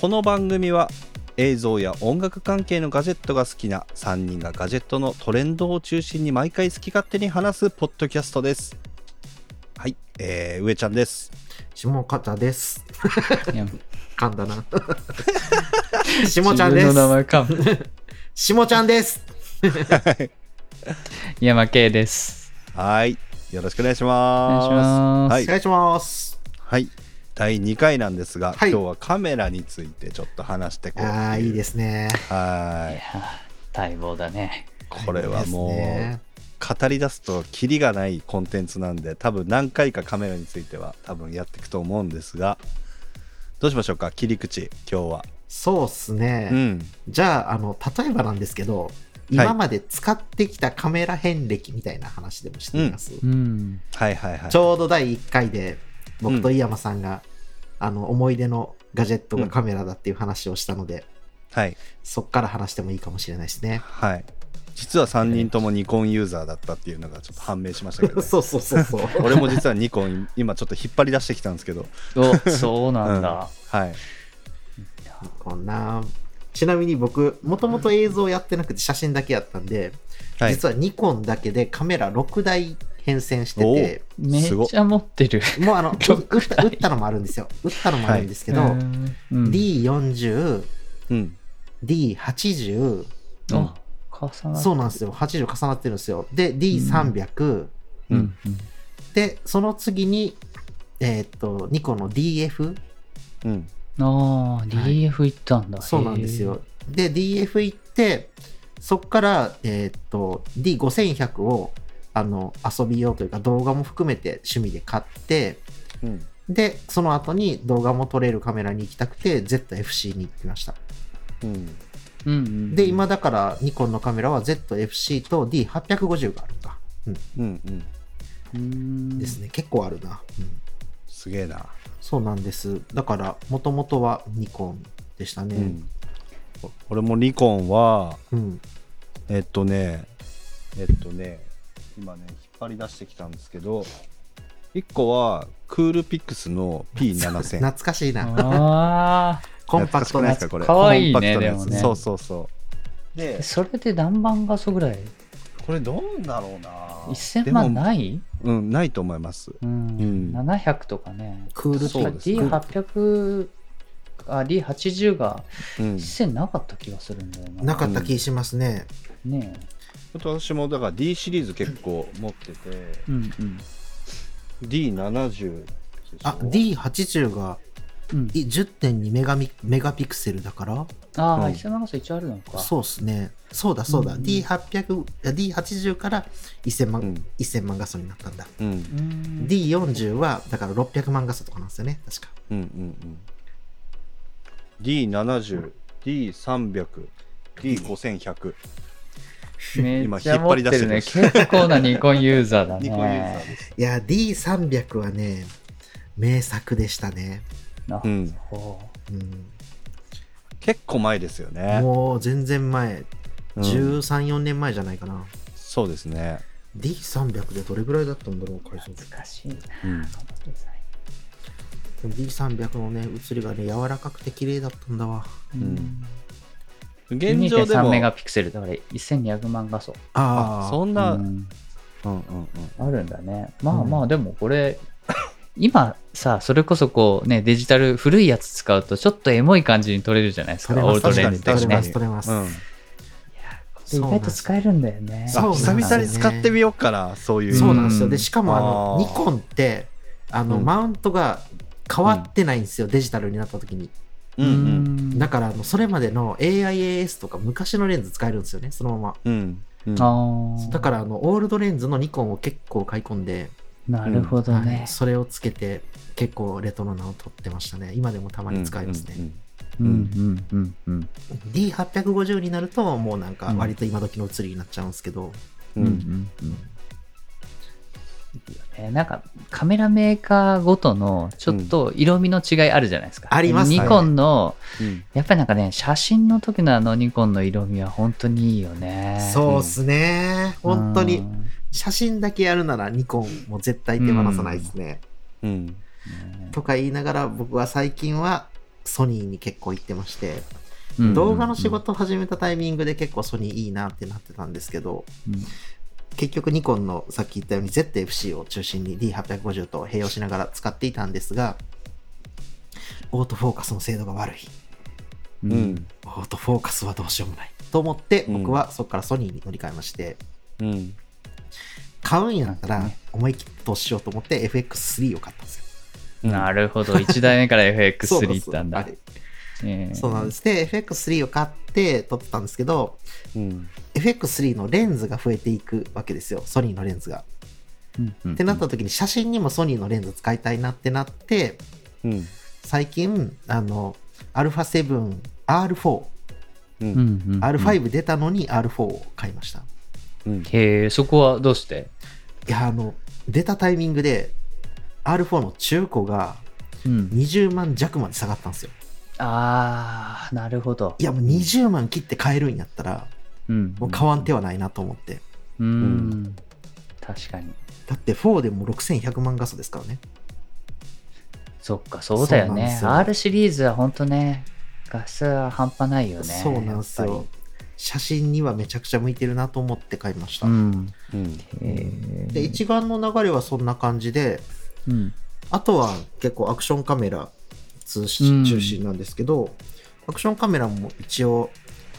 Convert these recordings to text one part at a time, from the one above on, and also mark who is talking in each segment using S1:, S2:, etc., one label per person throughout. S1: この番組は映像や音楽関係のガジェットが好きな3人がガジェットのトレンドを中心に毎回好き勝手に話すポッドキャストですはい、えー、上ちゃんです
S2: 下方です。
S3: いや
S2: 噛んだな。下ちゃんで
S3: 自分
S2: す。
S3: の名前かも。
S2: 下ちゃんです。
S3: 山系です。
S1: はいよろしくお願いし
S3: お願い
S1: ます
S3: します。
S1: は
S2: お
S1: い
S2: 願いします。
S1: はい第2回なんですが、
S2: はい
S1: 今日はカメラについてちょっと話してこう
S2: ああ、いいですね。
S3: い
S1: は
S3: やー待望だね。
S1: いこれはもう
S2: いいですね
S1: 語り出すとキリがないコンテンツなんで多分何回かカメラについては多分やっていくと思うんですがどうしましょうか切り口今日は、
S2: そうっす
S1: う
S2: ね。
S1: ん
S2: じゃあ、あの、例えばなんですけど、今まで使ってきたカメラ遍歴みたいな話でもしています。
S3: うん。
S1: はいはいはい
S2: ちょうど第1回で、僕と井山さんが、あの、思い出のガジェットがカメラだっていう話をしたので、
S1: はい
S2: そっから話してもいいかもしれないですね。
S1: はい実は3人ともニコンユーザーだったっていうのがちょっと判明しましたけど、ね、
S2: そうそうそうそう。
S1: 俺も実はニコン今ちょっと引っ張り出してきたんですけど
S3: お、そうなんだ。
S1: はい
S2: こんなちなみに僕もともと映像やってなくて写真だけやったんで、
S1: はい
S2: 実はニコンだけでカメラ6台変遷してて
S3: めっちゃ持ってる。
S2: もうあの
S3: 六
S2: 打った打ったのもあるんですよ打ったのもあるんですけど、
S3: うーん、
S2: D40D80
S1: うん
S3: うんあ重なっ
S2: そうなんですよ80重なってるんですよで D300、
S1: う
S3: うんん。
S2: でその次にえーっとニコンの DF
S1: うん
S3: ああ、
S2: い
S3: DF 行ったんだ。
S2: そうなんですよ。で、DF 行って、そこから、えーっと、D5100 を、あの、遊び用というか動画も含めて趣味で買って、
S1: うん
S2: で、その後に動画も撮れるカメラに行きたくて、ZFC に行きました。
S1: うん
S3: へー。うんうん、
S2: で、今だから、ニコンのカメラは ZFC と D850 があるのか。うん、
S1: うんうん
S3: うん
S2: ですね。結構あるな。うん、
S1: すげえな、
S2: そうなんです。だから、もともとはニコンでした
S1: う
S2: ね。
S1: ん、お俺もニコンは
S2: うん。
S1: えっとね、えっとね、今ね、引っ張り出してきたんですけど、1個は、クールピックスの P7000。
S2: 懐かしいな。
S3: あ
S2: コンパクト
S1: 懐かしくないで
S2: な
S1: すか、これ。
S3: かわいいね
S1: コンパクトなやつ
S3: でもね
S1: そうそうそう。で
S3: あ、、 それで何番画素ぐらい
S1: これどうだろうな。
S3: ?1000 万
S1: い
S3: ない
S1: うん、ないと思います。
S3: うん、
S1: うん
S3: 700とかね。
S2: クールピ
S1: そう
S2: ッ
S1: で
S2: ク
S1: す
S2: ス。
S1: ね
S2: クールピック
S3: D800 あ D80 が
S1: うん。
S3: 1000なかった気がするんだよな。
S2: なかった気しますね。
S3: ねえ。
S1: あと私も、だから D シリーズ結構持ってて、
S3: うんうん。
S1: D70 でしょ
S2: あ、D80 が
S3: うん、
S2: い10.2メガミメガピクセルだから、
S3: ああ、
S1: うん
S3: 1000万画素一応あるのか。
S2: そうっすね。そうだそうだ。
S3: うん
S2: D800、あ D80 から1000万、
S1: うん
S2: 1000万画素になったんだ。
S1: うん、うん、
S3: うーん。
S2: D40 は、だから600万画素とかなんですよね。確か。
S1: うん、うん。D70、D300、D5100。
S3: め
S1: 今
S3: っちゃ持って
S1: 引
S3: る
S1: っ張り出
S3: ね。
S1: してる
S3: 結構なニコンユーザーだ
S1: ニ
S3: ね。
S1: コンユーザーです。
S2: いや、D300 はね、名作でしたね。
S3: あ
S1: うん
S3: そう
S2: うん、
S1: 結構前ですよね。
S2: もう全然前、
S1: うん
S2: 13、4年前じゃないかな。
S1: そうですね。
S2: D300 でどれぐらいだったんだろう、解像度。
S3: 難しいな、
S1: うん
S3: このデザイ
S2: D300 のね、写りがね、柔らかくて綺麗だったんだわ。
S3: ン。
S1: うん現状で
S3: 2.3
S1: も
S3: メガピクセルだから1200万画素。
S2: あ
S1: あ
S2: あ、
S1: そんな、
S3: う
S1: うん、
S3: ん
S1: うんうん
S3: あるんだね。まあまあ、でもこれ、今さ、それこそこうね、デジタル古いやつ使うとちょっとエモい感じに撮れるじゃないですか、
S2: 撮れます
S3: オールトレンズ
S2: 確
S3: で
S2: か
S3: ね
S2: に。取れます
S1: うん
S3: 意
S2: そうなん
S3: 外
S2: で
S3: と
S2: す
S3: 使えるんだよね。
S2: そ
S1: あ
S2: うなんです
S1: 久
S2: よ
S1: 々に使ってみようかな、そういう。
S2: そうなんですよ。
S3: うん
S2: で、しかもあの、
S1: あー
S2: ニコンって、あの、
S1: うん
S2: マウントが変わってないんですよ、デジタルになった時に。
S1: うんうん
S2: だから、あのそれまでの AIAS とか昔のレンズ使えるんですよね、そのま
S1: うん。うん
S3: あー
S2: ま。だから、あの、オールドレンズのニコンを結構買い込んで、
S3: なるほど
S2: は
S3: ね
S2: い。それをつけて、結構レトロなを撮ってましたね。今でもたまに使いますね。
S1: うんうん
S3: う
S1: うんん
S3: うんうん
S2: D850 になると、もうなんか、割と今時の写りになっちゃうんですけど、
S3: う
S1: うん
S3: うんんうんうん。えーなんかカメラメーカーごとのちょっと色味の違いあるじゃないですか。
S2: うんありますね
S3: ニコンの、
S1: うん
S3: やっぱりなんかね、写真の時のあのニコンの色味は本当にいいよね。
S2: そうっすね。本当に
S3: うん。
S2: 写真だけやるならニコンも絶対手放さないですね。
S1: うん
S2: とか言いながら僕は最近はソニーに結構行ってまして、
S3: うん
S2: 動画の仕事を始めたタイミングで結構ソニーいいなってなってたんですけど、
S3: うん
S2: 結局ニコンのさっき言ったように ZFC を中心に D850 と併用しながら使っていたんですが、オートフォーカスの精度が悪い。
S3: う
S1: うんん
S2: オートフォーカスはどうしようもない。と思って、
S1: うん
S2: 僕はそこからソニーに乗り換えまして、
S1: うん
S2: 買うんやった
S3: なん
S2: ら
S3: かね
S2: 思い切って投資しようと思って FX3 を買ったんですよ。
S3: なるほど1台目から
S2: そう
S3: FX3
S2: なんで
S3: 行っ
S2: す
S3: たんだ
S2: あれ
S3: えー
S2: そうなんです。で、FX3 を買って撮ってたんですけど、
S1: うん、
S2: FX3 のレンズが増えていくわけですよ。ソニーのレンズが。
S3: うんうん
S2: ってなった時に写真にもソニーのレンズ使いたいなってなって、
S1: うん、
S2: 最近、あの、α7、R4、
S1: う
S3: うん
S1: ん、
S3: うんうん
S2: R5 出たのに R4 を買いました。
S1: うん、
S3: へえそこはどうして
S2: いや、あの、出たタイミングで R4 の中古が
S3: うん
S2: 20万弱まで下がったんですよ。
S3: ああなるほど
S2: いや、もう20万切って買えるんやったら、
S3: うん
S2: もう買わん手はないなと思って。
S3: うん確かに
S2: だって4でも6100万画素ですからね。
S3: そっかそうだよ
S2: そうなんで
S3: ね
S2: すよ
S3: R シリーズはほんとね画質は半端ないよね
S2: そうなんです
S3: やっ
S2: よ
S3: ぱ。
S2: 写真にはめちゃくちゃ向いてるなと思って買いました。
S3: りうん
S1: うん、
S2: で、一眼の流れはそんな感じで、
S3: うん
S2: あとは結構アクションカメラ通し
S3: うん
S2: 中心なんですけど、アクションカメラも一応、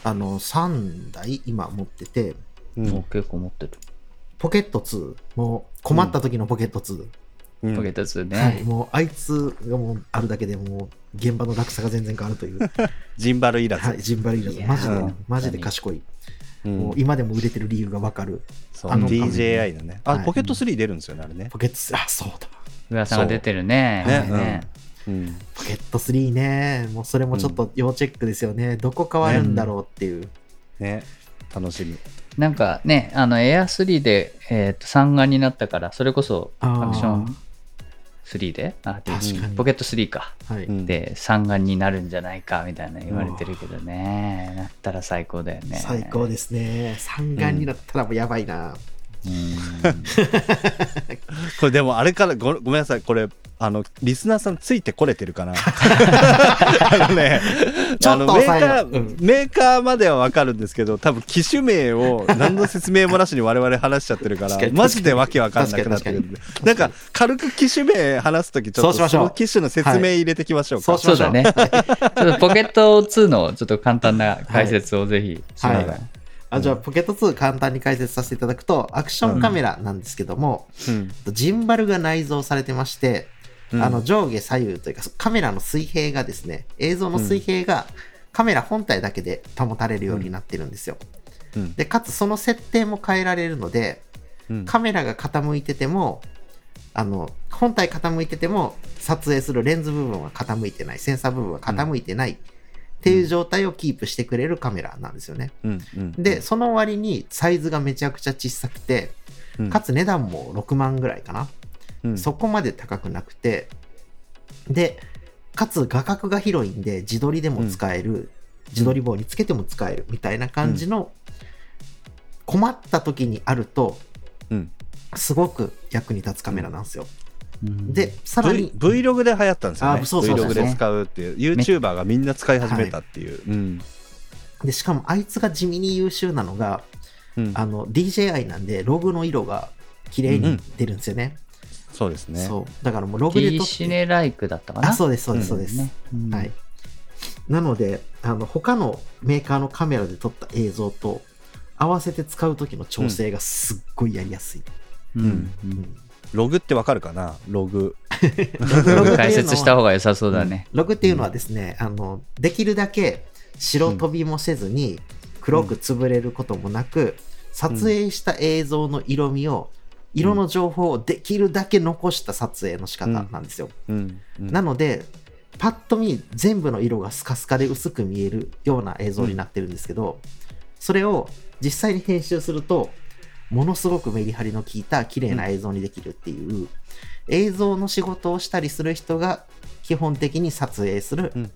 S2: あの、3台今持ってて、
S1: う、
S3: もうん結構持ってる
S2: ポケット2、もう困った時のポケット2。
S1: うん
S3: ポケット2
S2: はい、
S3: ね
S2: もうあいつがもうあるだけでもう現場の落差が全然変わる という、
S1: ジンバルいらず、
S2: はい、ジンバルイラ
S3: い
S2: ズ
S3: やー
S2: マジで
S1: うん
S2: マジで賢い、
S1: うん
S2: もう今でも売れてる理由がわかる
S1: そう
S2: あの
S1: DJI のね、あ、
S2: はい
S1: ポケット3出るんですよね、あれね。
S2: ポケット3あそうだ
S3: 噂が出てるね
S1: そうね
S3: これね
S1: うん、
S2: ポケット3ねもうそれもちょっと要チェックですよね、どこ変わるんだろうっていう、
S1: ね、楽しみ。
S3: なんかね、あの、エア3で、えーと、三眼になったから、それこそ、
S2: あー
S3: アクション3で、あ、で
S2: 確かに、
S3: ポケット3か。
S2: はい、
S1: うん、
S3: で、三眼になるんじゃないか、みたいな言われてるけどね。なったら最高だよね。
S2: 最高ですね三眼になったらもうやばいな、
S3: うん。
S1: これでもあれからごごめんなさいこれあのリスナーさんついてこれてるかな あのね
S2: ちょっと
S1: あのメー
S2: 抑えろ
S1: カー、
S2: うん
S1: メーカーまでは分かるんですけど多分機種名を何の説明もなしに我々話しちゃってるから
S2: 確かに
S1: マジでわけわかんなくなってるんでなんか軽く機種名話す時ちょっ
S2: そうしま
S1: と
S2: しょ
S1: そうの機種の説明入れてきましょうか、
S2: はい
S3: そう だね。ちょっとポケット2の、ちょっと簡単な解説をぜ
S2: は
S3: ひ、
S2: い
S3: 篠田
S2: あじゃあポケット2簡単に解説させていただくとアクションカメラなんですけども、
S1: うん
S2: ジンバルが内蔵されてまして、
S1: うん
S2: あの上下左右というかカメラの水平がですね映像の水平がカメラ本体だけで保たれるようになってるんですよ、
S1: うん
S2: でかつその設定も変えられるので
S1: うん
S2: カメラが傾いててもあの本体傾いてても撮影するレンズ部分は傾いてないセンサー部分は傾いてない、っていう状態をキープしてくれるカメラなんですよね。
S1: うんうん
S2: で、その割にサイズがめちゃくちゃ小さくて、
S1: うん
S2: かつ値段も6万ぐらいかな。
S1: うん
S2: そこまで高くなくて、で、かつ画角が広いんで、自撮りでも使える、自撮り棒につけても使えるみたいな感じの、困った時にあると、
S1: うん
S2: すごく役に立つカメラなんですよ。
S3: うん
S2: で、さら
S1: v,
S2: に、
S1: Vlog で流行ったんですよね
S2: あそうそう
S3: そう
S1: Vlog で使うっていう YouTuber がみんな使い始めたっていう、うん
S2: で、しかもあいつが地味に優秀なのが、
S1: うん
S2: あの、DJI なんで、ログの色が綺麗に出るんですよね。
S1: そうですね
S2: そう。だからもうログで
S3: D
S2: 撮
S3: シ
S2: って。
S3: ネライクだったかな。
S2: あ、そうです、そうです、そううです。
S3: ね。うん
S2: はい。。なので、あの、他のメーカーのカメラで撮った映像と合わせて使う時の調整がすっごいやりやすい。
S3: うん。う
S2: うんん
S1: ログってわかるかなログ。
S2: ログっていうのは
S3: 解説した方が良さそうだね。
S2: ログっていうのはですね、あの、できるだけ白飛びもせずに、黒く潰れることもなく、撮影した映像の色味を、色の情報をできるだけ残した撮影の仕方なんですよ。
S1: うん。
S2: なので、パッと見全部の色がスカスカで薄く見えるような映像になってるんですけど、それを実際に編集すると、ものすごくメリハリの効いた綺麗な映像にできるっていう、映像の仕事をしたりする人が基本的に撮影する
S1: うん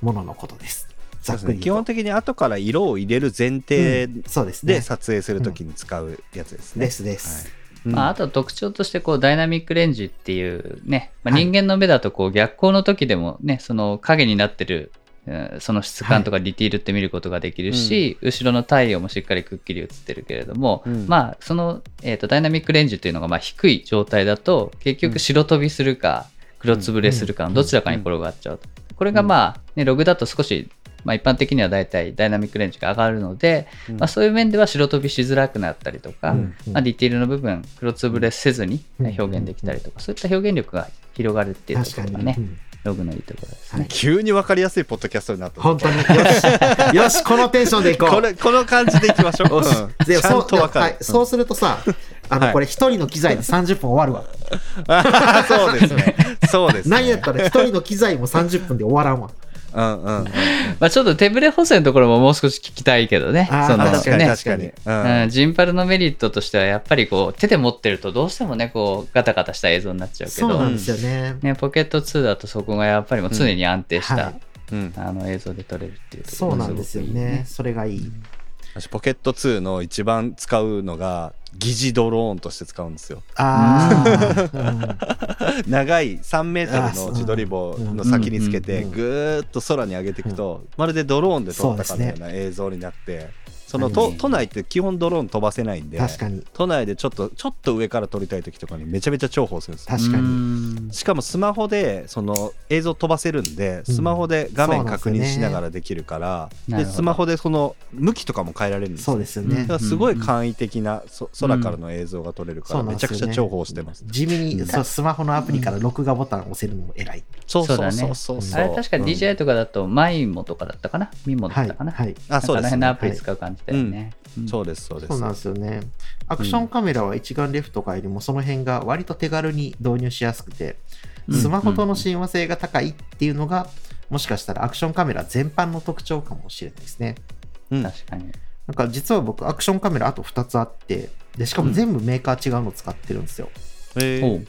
S2: もののことです。
S1: そう
S2: ざっ
S1: です
S2: く
S1: ね
S2: り
S1: 基
S2: 言う
S1: 本
S2: と。
S1: 的に後から色を入れる前提
S2: うんそうですね。
S1: で撮影するときに使うやつですね。
S2: ですです。
S3: まあ、あとは特徴としてこうダイナミックレンジっていうね、まあ、
S2: はい
S3: 人間の目だとこう逆光の時でもねその影になってるうんその質感とかディティールって見ることができるし、後ろの太陽もしっかりくっきり映ってるけれども、
S1: うん
S3: まあその、えー、とダイナミックレンジっていうのがまあ低い状態だと結局白飛びするか黒つぶれするかのどちらかに転がっちゃうと。これがまあ、ね、ログだと少し、まあ、一般的にはだいたいダイナミックレンジが上がるので、
S1: うん
S3: まあ、そういう面では白飛びしづらくなったりとか、
S2: うん
S3: まあ、ディティールの部分黒つぶれせずに
S2: うん
S3: 表現できたりとか、そういった表現力が広がるっていうとこ
S2: 確か
S3: ろが
S2: に
S3: ね
S2: う、ん
S3: ログのいいところですね。
S1: 急に分かりやすいポッドキャストになった
S2: 本当によしよしこのテンションでいこう
S1: これこの感じでいきましょう、うん
S2: で
S1: ちゃんと分かる、
S2: そう,、はい、そうするとさ、あの、
S1: はい
S2: これ一人の機材で30分終わるわ。
S1: あ そうですね。そうです
S2: なん
S1: ね。
S2: やったら一人の機材も30分で終わらんわ。
S1: うんうんうん。
S3: まあ、ちょっと手ぶれ補正のところももう少し聞きたいけどね。
S2: あー
S3: その
S2: まあ
S1: 確かに
S3: ね
S1: 確かに。
S3: うん、ジンパルのメリットとしてはやっぱりこう手で持ってるとどうしてもねこうガタガタした映像になっちゃうけ
S2: そう
S3: ど
S2: なんですよね。
S3: ね、ポケット2だとそこがやっぱりもう常に安定した、
S2: はい
S1: うんうん
S3: あの映像で撮れるっていうとこ
S2: そ
S3: ろ
S2: う
S3: が
S2: なんですよ
S3: ごくいい
S2: ね。それがいい。
S1: 私ポケット2の一番使うのが疑似ドローンとして使うんですよ。
S2: ああ、
S1: 長い3メート
S2: あ
S1: ル
S2: そう
S1: の自撮り棒の先につけて
S2: うん
S1: ぐーっと空に上げていくとまるでドローンで撮ったかのような映像になってその
S3: う
S1: と
S3: ん
S1: 都内って基本ドローン飛ばせないん
S2: うん
S1: で
S2: 確かに。
S1: 都内でちょっとちょっと上から撮りたい時とかにめちゃめちゃ重宝するんですよ
S2: 確かに
S3: うん
S1: しかもスマホでその映像飛ばせるんでスマホで画面確認しながらできるから、
S3: な
S1: で
S3: るほど
S1: スマホでその向きとかも変えられるんですよ
S2: そうですよね
S1: だか。らすごい簡易的なそ空からの映像が撮れるから
S2: うん
S1: めちゃくちゃ重宝してます、
S2: 地味に、
S3: うん
S2: そうスマホのアプリから録画ボタンを押せるのも偉い。
S1: そう
S3: そう
S1: そ
S3: だ
S1: う
S3: ね
S1: そうそうそう
S3: あれ確か DJI とかだとマイモとかだったかなミモだ
S2: は
S3: っ
S2: い。
S3: たかな,、
S2: はい。
S1: あそう
S3: な
S1: で
S3: んか
S1: す
S3: あの辺のア
S1: ね
S3: プリ使う感じだよね、うん
S1: そうですそうです
S2: そうなんですよね。アクションカメラは一眼レフとかよりもその辺が割と手軽に導入しやすくて、
S3: うん
S2: スマホとの親和性が高いっていうのが、もしかしたらアクションカメラ全般の特徴かもしれないですね。
S1: うん
S3: 確かに
S2: なんか実は僕、アクションカメラあと2つあって、で、しかも全部メーカー違うの使ってるんですよ。
S1: え
S3: お
S1: ー
S3: う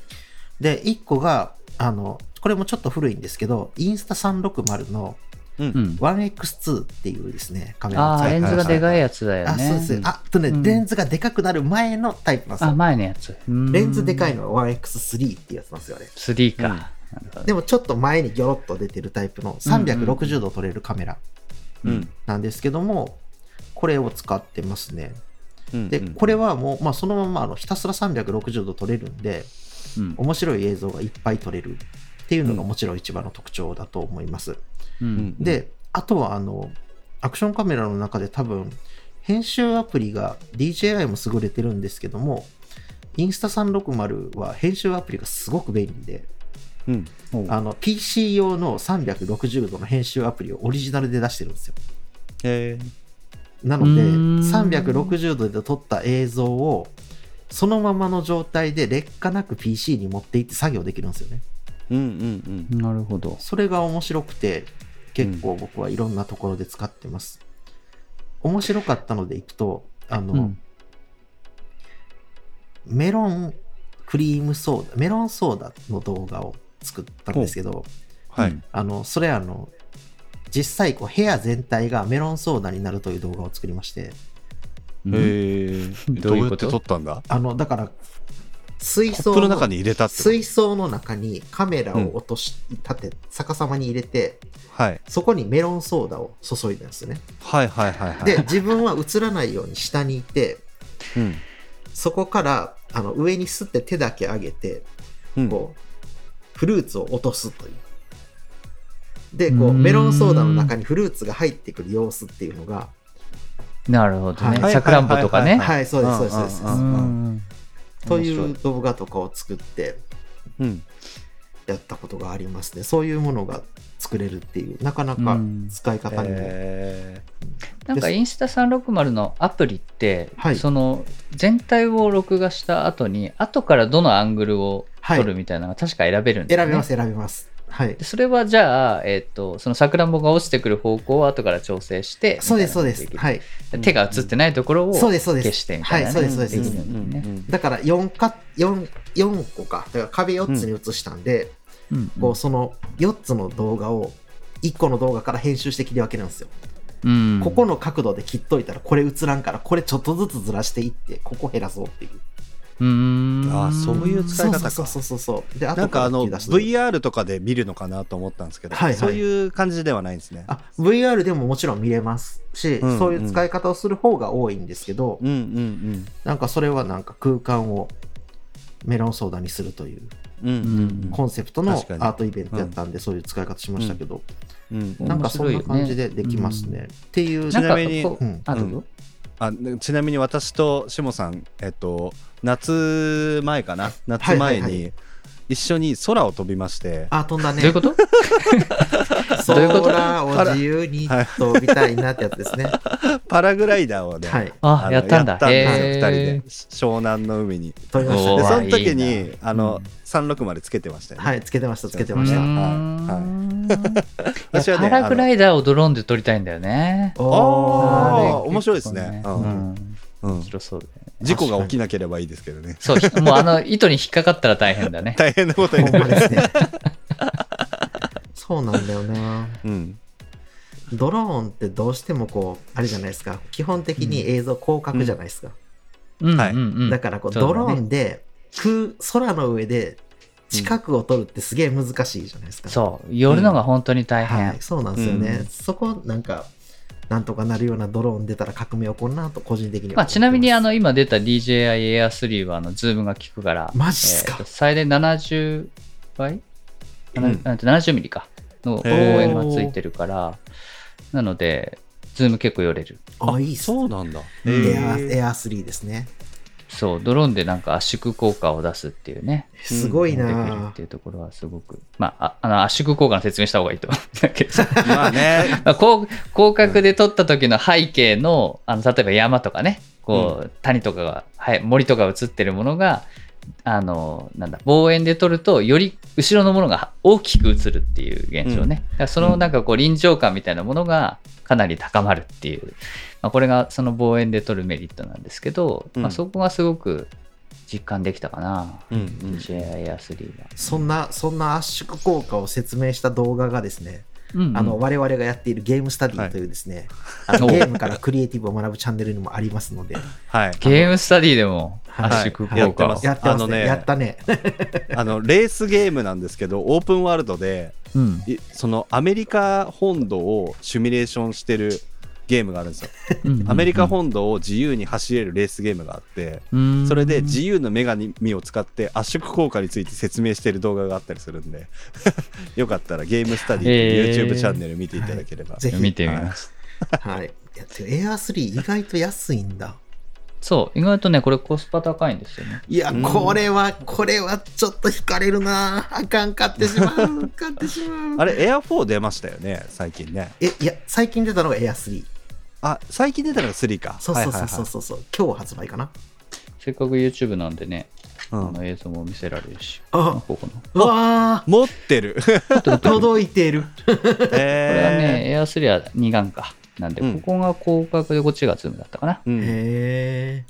S2: で、1個が、あの、これもちょっと古いんですけど、インスタ360の
S3: うん、
S2: 1X2 っていうですね、カメラ
S3: あ
S2: を
S3: あ
S2: 使
S3: レ
S2: って
S3: ン
S2: ま
S3: ズ
S2: した
S3: がでかいやつだよ
S2: あ、
S3: ね
S2: そうです。
S3: ん
S2: あとね、
S3: うん
S2: レンズがでかくなる前のタイプなんです
S3: あ
S2: よ。
S3: 前のやつうん
S2: レンズでかいのは 1X3 っていうやつなんですよ、あれ。
S3: 3か、
S1: うん
S3: なるほど
S2: でもちょっと前にギョロッと出てるタイプの360度撮れるカメラ
S1: うん
S2: なんですけども、これを使ってますね。
S1: うん
S2: で、これはもう、まあ、そのままあのひたすら360度撮れるんで、
S3: うん
S2: 面白い映像がいっぱい撮れるっていうのがもちろん一番の特徴だと思います。
S3: うん
S2: で、あとはあの、アクションカメラの中で多分、編集アプリが DJI も優れてるんですけども、インスタ360は編集アプリがすごく便利で、
S1: うん
S3: おう
S2: あの PC 用の360度の編集アプリをオリジナルで出してるんですよ。
S1: え
S2: なので
S3: うーん
S2: 360度で撮った映像をそのままの状態で劣化なく PC に持っていって作業できるんですよね。
S1: ーうんうん
S3: なるほど
S2: それが面白くて結構僕はいろんなところで使ってます。面白かったのでいくとあの、
S3: うん
S2: メロンクリームソーダメロンソーダの動画を作ったんですけど
S1: はい
S3: うん
S2: あのそれあの実際こう部屋全体がメロンソーダになるという動画を作りまして
S1: うんへーど
S3: どう
S1: う
S3: い
S1: や
S3: う
S1: っ
S3: こ
S1: て
S3: と
S1: 撮ったんだ
S2: あのだから水
S1: コ
S2: 槽
S1: ップの中に入れたってこと
S2: 水槽の中にカメラを落とし、立て逆さまに入れて
S1: はい
S2: そこにメロンソーダを注いだんですよね
S1: はいはいはいはい
S2: で自分は映らないように下にいて
S1: うん
S2: そこからあの上にすって手だけ上げて
S1: うん
S2: こうフルーツを落とすというでこ
S3: うー
S2: うんメロンソーダの中にフルーツが入ってくる様子っていうのが
S3: なるほどね
S2: はい
S3: さくらんぼとか
S1: はい
S3: ね
S2: はいそうですそうです
S1: うん
S2: そうです
S1: うんうん
S3: う
S2: とい
S3: ん面
S2: う
S3: 白
S2: 動画とかを作って
S1: うん
S2: やったことがありますねそういうものが作れるっていうなかな
S3: う
S2: か
S3: ん
S2: 使い方にも、
S1: え
S3: なんかインスタ360のアプリって、
S2: はい
S3: その全体を録画した後に後からどのアングルを
S2: はい
S3: 撮るみたいなのが確か選べるんです、ね
S2: 選べます選べますはい
S3: でそれはじゃあ、えっとそのさくらんぼが落ちてくる方向を後から調整して
S2: そうですそうです
S3: みたいな
S2: はい
S3: で手が映ってないところを
S2: そうですそうです
S3: 消してみたいなね、
S2: はいそうです
S1: ー
S2: そうです
S3: きるようにね
S1: うんうん
S2: だから4か4 4個かだから壁4つに移したんで、
S3: うん
S2: こうその4つの動画を1個の動画から編集して切り分けるんですよ
S3: うん
S2: ここの角度で切っといたらこれ映らんからこれちょっとずつずらしていってここ減らそうっていう
S3: うーん
S1: あーそういう使い方か
S2: そうそうそうそうそうで
S1: なんかあの
S2: 後ら聞き出す
S1: VR とかで見るのかなと思ったんですけど、
S2: はいはい
S1: そういう感じではないんですね。
S2: あ VR でももちろん見れますし、
S1: うん
S2: そういう使い方をする方が多いんですけど、
S1: うんうん
S2: なんかそれはなんか空間をメロンソーダにするという
S1: うんうんうん
S2: コンセプトのア
S1: 確かに
S2: ートイベントやったんで、そういう使い方しましたけど、
S1: うん
S3: うん
S2: なんかそんな感じでできますね。っていう、
S3: なんか
S1: ちなみに
S3: こう
S2: うん
S3: あどうぞ
S1: あちなみに私と下さん、えっと、夏前かな夏前
S2: はいはい
S1: に一緒に空を飛びまして、
S2: あ、飛んだ
S3: ど
S2: ね。
S3: ういうこと
S2: ソ
S3: どういうこと
S2: ーラーを自由に
S1: はい
S2: 飛びたいなってやつですね。
S1: パラグライダーをね、
S2: はい。
S1: あ
S3: あ
S1: の
S3: やったんだ
S1: ですよ、二人
S3: へ
S1: で
S3: ー
S1: 湘南の海に。
S2: 飛びまし
S1: で
S2: た
S3: お
S2: ね
S3: ー
S1: その時に
S3: いい
S1: あの
S3: うん
S1: 36までつけてましたよね。
S2: はい、つけてました、つけて
S1: 出
S2: ました
S3: うー。ん
S1: はい
S3: い
S1: 私は
S3: や
S1: ね
S3: パラグライダーをドローンで撮りたいんだよね
S2: お
S1: あ
S2: ー
S1: ー
S2: ね
S3: あれ
S1: 面白いですね
S3: 結構
S1: うんう
S3: 面
S1: ん、
S3: 白そうだよね
S1: 事故が起きなければいいですけどね。
S3: そうひもうあの糸に引っかかったら大変だね
S1: 大変なことに
S2: ほん
S1: な
S2: ま
S1: る。
S2: ですね。そうなんだよな。
S1: うん
S2: ドローンってどうしてもこう、あれじゃないですか。基本的に映像広角じゃないですか。
S3: うん
S1: はい
S3: うんうん
S2: だからこう、
S3: そうだ
S2: ド
S3: ね
S2: ローンで空、空の上で近くを撮るってすげえ難しいじゃないですか。
S3: そう寄るのが本当に大変、
S2: はい、そうなんですよね。
S3: うん
S2: そこ、なんか、なんとかなるようなドローン出たら革命起こるなと、個人的には思って
S3: まあ、
S2: ます。
S3: ちなみにあの今出た DJI Air3 はあのズームが効くから
S2: マジっすか
S3: えーと最大70倍、
S1: うん
S3: ななんて70ミリかの望
S1: へー
S3: 遠がついてるからなのでズーム結構寄れる
S2: あ、いいっすね。
S1: うなんだ。
S3: うん
S2: エ
S1: へ
S2: ア
S1: ー
S2: エアー3ですね。
S3: そうドローンでなんか圧縮効果を出すっていうね
S2: すごい
S3: できる
S2: な
S3: っていうところはすごくまあああの圧縮効果の説明した方がいいと思うんだけど
S1: まあね。
S3: まあ広広角で撮った時の背景のあの例えば山とかねこう、谷とかが、はい、森とかが映ってるものがあのなんだ望遠で撮るとより後ろのものが大きく映るっていう現象ね、だからそのなんかこう臨場感みたいなものがかなり高まるっていう、まあ、これがその望遠で撮るメリットなんですけど、
S1: うん
S3: まあ、そこがすごく実感できたかな、
S1: うん
S3: DJI-R3 は。
S2: そんな、そんな圧縮効果を説明した動画がですね、
S3: うんうん
S2: あの、我々がやっているゲームスタディというですね、
S3: は
S2: あ
S3: い
S2: のゲームからクリエイティブを学ぶチャンネルにもあります ので、
S1: はい。
S3: ゲームスタディでも圧縮
S2: はいや
S3: 効
S2: っ
S1: って
S3: 果を、
S1: ます
S2: やってます
S1: あの
S2: ね。
S1: ね
S2: やった ね。
S1: あのレースゲームなんですけどオープンワールドで
S3: うん
S1: いそのアメリカ本土をシミュレーションしてるゲームがあるんですよアメリカ本土を自由に走れるレースゲームがあってそれで自由の女神を使って圧縮効果について説明してる動画があったりするんで よかったらゲームスタディっていう
S3: へ
S1: YouTube
S3: ー
S1: チャンネル見ていただければ、
S2: ぜひ。
S3: 見てみます。
S2: はい。いやてかエアー3意外と安いんだ。
S3: そう、意外とね、これコスパ高いんですよね。
S2: いや、
S1: うん
S2: これは、これはちょっと惹かれるなあかん、買ってしまう。買ってしまう。
S1: あれエア4出ましたよね最近ね
S2: え、いや、最近出たのがエアー3。
S1: あ最近出たのが3か
S2: そうそうそうそう
S1: は
S2: そうそう。今日発売かな。
S3: せっかく YouTube なんでね、
S1: いはい
S3: あ
S1: はいうん
S3: の映像も見せられるし、
S2: あ
S3: ここの。
S2: うわ
S1: 持ってる
S2: ー、届いている。
S3: これはね、
S1: え
S3: エア3は2眼か。なんで、
S1: うん
S3: ここが広角でこっちがズームだったかな。
S1: ー うん
S2: へ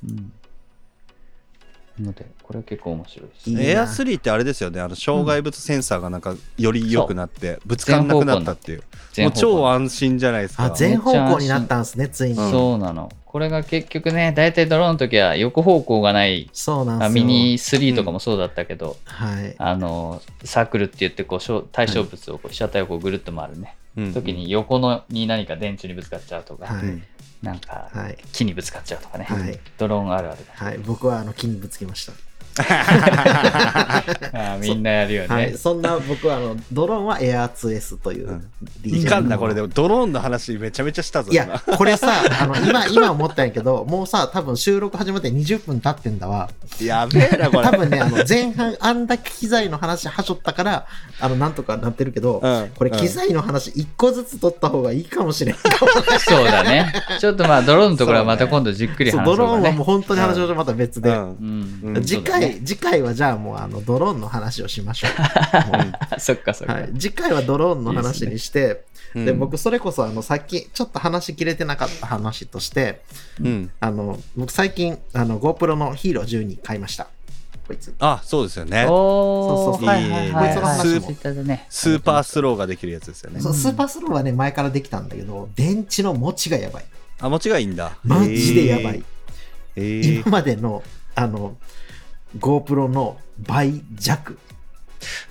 S3: うん。ので、これは結構面白いです
S2: いい
S3: ね。
S2: な
S1: エア3ってあれですよねあの障害物センサーがなんかより良くなって、ぶつからなくなったっていうもう超
S3: 安
S1: 安心じゃないです
S2: ーあ
S1: か
S2: 全方向になったんですね、ついに。
S1: うん
S3: そうなの。これが結局ね、大体ドローンの時は横方向がない、
S2: そうなんです
S3: あ
S2: よ。
S3: ミニ3とかもそうだったけど、
S2: はい。
S3: あのサークルって言ってこうしょ対象物をこう被写体をこうぐるっと回るね、
S1: うん
S3: 時に横のに何か電柱にぶつかっちゃうとか、
S2: は
S1: う
S2: い
S1: ん。
S3: なんか
S2: はい。
S3: 木にぶつかっちゃうとかね、
S2: はい
S3: ドローンあるある
S2: はい。僕は、あの、木にぶつけました。
S3: だあーみんなやるよね、
S2: はい。そんな僕は、あの、ドローンはエアー 2S といううん DJ
S1: いかんなこれで
S2: も。
S1: もドローンの話めちゃめちゃしたぞ
S2: い
S1: 今
S2: や、これさ、あの、今、今思ったんやけど、もうさ、多分収録始まって20分経ってんだわ。
S1: やべえなこれ
S2: 多分ね、あの、前半あんだけ機材の話はしょったから、あの、なんとかなってるけど、
S1: うん
S2: これ機材の話一個ずつ取った方がいいかもしれない。そ
S3: そうだ ねちょっとまあドローンのところはまた今度じっくり
S2: う
S3: 話そ
S2: ドロ
S3: う
S2: ー
S3: か
S2: ンはも
S3: ね
S2: う本当に話しましょう、また別
S1: う
S2: で。
S1: ん
S3: うん
S1: うん
S2: 次
S3: そうだ
S2: 回、
S3: ね
S2: 次回はじゃあもうあのドローンの話をしまし ょ
S3: あ そっかそ
S2: う。
S3: っか、
S2: はい、次回はドローンの話にして、
S1: いいですね
S2: で
S1: うん
S2: 僕それこそあのさっきちょっと話しきれてなかった話として、
S1: うん
S2: あの僕最近あの GoPro の Hero12 買いました。こいつ。
S1: あそうですよね
S3: おー
S2: そうそうそう
S3: はいはいはい
S1: いいねこ
S3: はい
S1: いつの話も
S3: ツイッターでね
S1: スーパースローができるやつですよね
S2: そうスーパースローはね前からできたんだけど電池の持ちがやばい。
S1: あ間違いいんだ
S2: マジでやばい。
S1: えーえー
S2: 今までのあの GoPro の倍弱。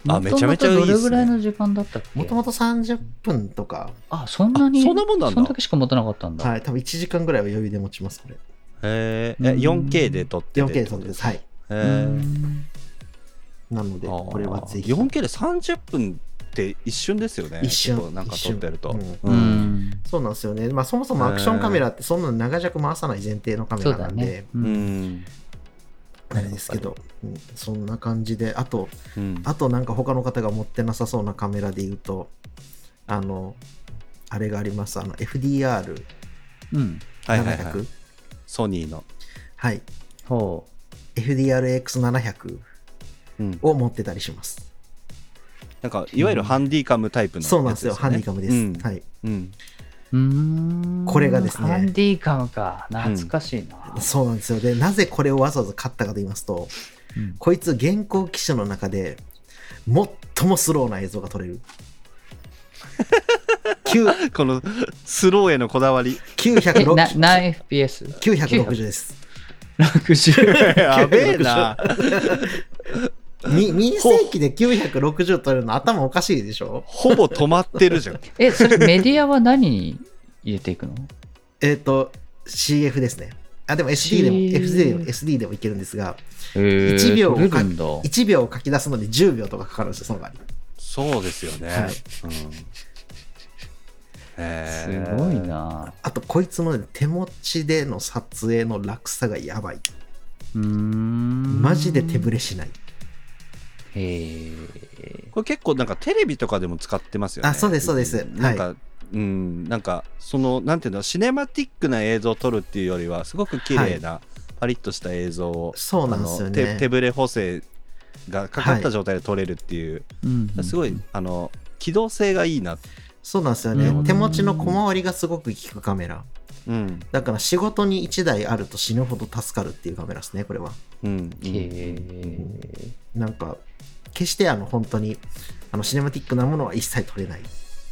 S1: あめちゃめちゃいいっすね
S3: 元々どれぐらいの時間だったっけ
S2: もともと30分とか、
S3: あ、そんなに
S1: あそんなもんなんだ
S3: そんだけしか持たなかったんだ。
S2: はい、多分1時間ぐらいは余裕で持ちます、これ。
S1: え
S3: うん
S1: 4K で撮ってて
S2: 4K で撮ってです。はい。
S1: へ
S3: う
S1: ー
S3: ん
S2: なので、
S1: あー
S2: これはぜひ。
S1: 4K で30分って一瞬ですよね
S2: 一瞬
S1: ちょっとなんか撮ってると
S2: 一瞬
S1: う
S3: うんん。
S2: そうなんですよね。まあ、そもそもアクションカメラってそんな長尺回さない前提のカメ
S3: そ
S2: ラ
S3: う
S2: な
S3: だ
S2: ん
S3: ね
S2: で、。
S3: う
S1: うんん
S2: あれですけど、うんそんな感じで、あと、
S1: うん
S2: あとなんか他の方が持ってなさそうなカメラで言うと、あの、あれがあります、あの FDR700、
S3: うん。
S1: はいはいはいソニーの、
S2: はい、
S3: ほ
S2: FDRX700
S1: うん、
S2: を持ってたりします。
S1: なんかいわゆるハンディカムタイプのやつ
S2: そうなんですよ、ハンディ
S1: カ
S2: カムです。
S1: うん
S2: はい、
S1: ム、うん
S3: う。うーん。
S2: これがですね
S3: ハンディカムか。懐かしいな。
S2: そうなんですよ。で、なぜこれをわざわざ買ったかと言いますと、
S3: うん
S2: こいつ現行機種の中で最もスローな映像が撮 れる。9
S1: このスローへのこだわ り
S3: え、な、
S2: 906
S3: 何 FPS?
S2: 960です。
S3: 960。
S1: やべえな
S2: に2世紀で960撮れるの頭おかしいでしょ
S1: ほぼ止まってるじゃん
S3: え、それメディアは何に入れていくの
S2: えっ、と、CF ですね。あ、でも SD でも、
S3: C-
S2: SD でも、SD でもいけるんですが、
S3: 1
S2: 1秒
S3: 取れるんだ。
S2: 1秒を書き出すのに10秒とかかかるんですよ、その代わり。
S1: そうですよね、
S2: はい
S1: うん
S3: す
S1: へー
S3: ごいな。
S2: あと、こいつのね手持ちでの撮影の楽さがやばい。
S3: うーん。
S2: マジで手ぶれしない。
S3: へえ。
S1: これ結構なんかテレビとかでも使ってますよね。
S2: あそうですそうです
S1: んなんか、
S2: は
S1: うん、なんかそのなんていうのシネマティックな映像を撮るっていうよりはすごく綺麗な、パリッとした映像を
S2: そうなんですよ
S1: あの手手
S2: ね。
S1: ぶれ補正がかかった状態で撮れるっていう、
S3: うん
S1: すごいあの機動性がいいな。
S2: そうなんですよ
S3: う
S2: ね
S3: ん。
S2: 手持ちの小回りがすごく効くカメラ。
S1: うん
S2: だから仕事に1台あると死ぬほど助かるっていうカメラですね、これは。
S1: うんう
S3: へ
S1: ん
S3: え。
S2: なんか、決してあの、本当に、あの、シネマティックなものは一切撮れない。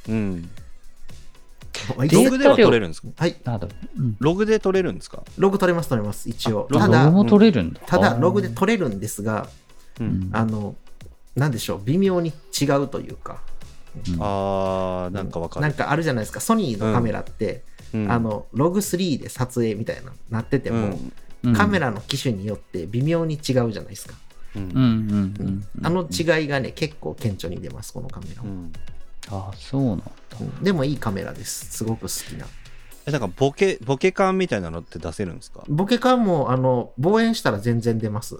S1: うん。
S2: まあ一
S1: ロ
S2: 切
S1: グでは撮れるんですか。
S2: はい、
S3: なんだろううん
S1: ログで撮れるんですか。
S2: ログ取れます取れます一応
S1: あ
S2: た
S3: ロ
S2: だ
S3: グも取れるんだ。
S2: ただログで
S3: 取
S2: 取れるんですが
S1: うん。
S2: あのなんでしょう微妙に違うというか
S1: あーなんかわか
S2: な
S1: る
S2: ん。かあるじゃないですかソニーのカメラって、
S1: うん
S2: あのログ3で撮影みたいななってて
S1: う
S2: も、
S1: ん
S2: カメラの機種によって微妙に違うじゃないですか、
S1: うん
S3: うんうんうんうん。
S2: あの違いがね結構顕著に出ますこのカメラ
S1: う
S2: は、
S1: ん
S3: あ、そうなんだ。
S2: うんでもいいカメラですすごく好きな
S1: えなんかボケボケ感みたいなのって出せるんですか。
S2: ボケ感もあの望遠したら全然出ます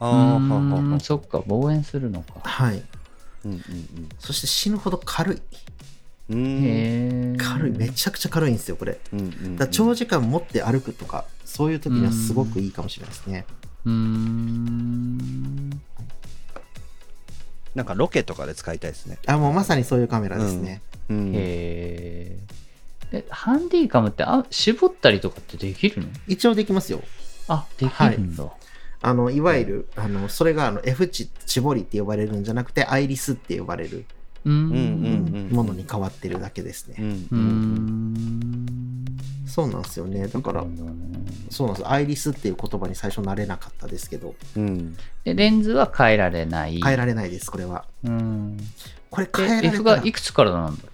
S1: あ
S3: う
S1: ーはあはあ
S3: ー
S1: はあ
S3: ん、そっか、望遠するのか。
S2: はい
S1: うんうん
S2: そして死ぬほど軽い
S1: うん。うーん。
S3: へえ。
S2: 軽いめちゃくちゃ軽いんですよこれ
S1: うんうんうん
S2: だから長時間持って歩くとか、そういう時にはすごくいいかもしれないですね。
S3: うーん。
S1: なんかロケとかで使いたいですね。
S2: あ、もうまさにそういうカメラですね。
S1: うん。
S3: へえ。え、ハンディカムってあ絞ったりとかってできるの
S2: 一応できますよ。
S3: あ、できるんだ。
S2: あの、いわゆる、あの、それがあの F 値、絞りって呼ばれるんじゃなくて、アイリスって呼ばれる
S3: うー
S1: うん
S3: ん。
S2: ものに変わってるだけですね。
S1: うん
S3: うーん。
S2: そうなんですよね。だから、そうなんです。アイリスっていう言葉に最初慣れなかったですけど、
S1: うん。
S3: で、レンズは変えられない。
S2: 変えられないです、これは。
S3: うん。
S2: これ変えら
S3: で、
S2: れ
S3: F
S2: た
S3: が
S2: ら
S3: いくつからなんだろ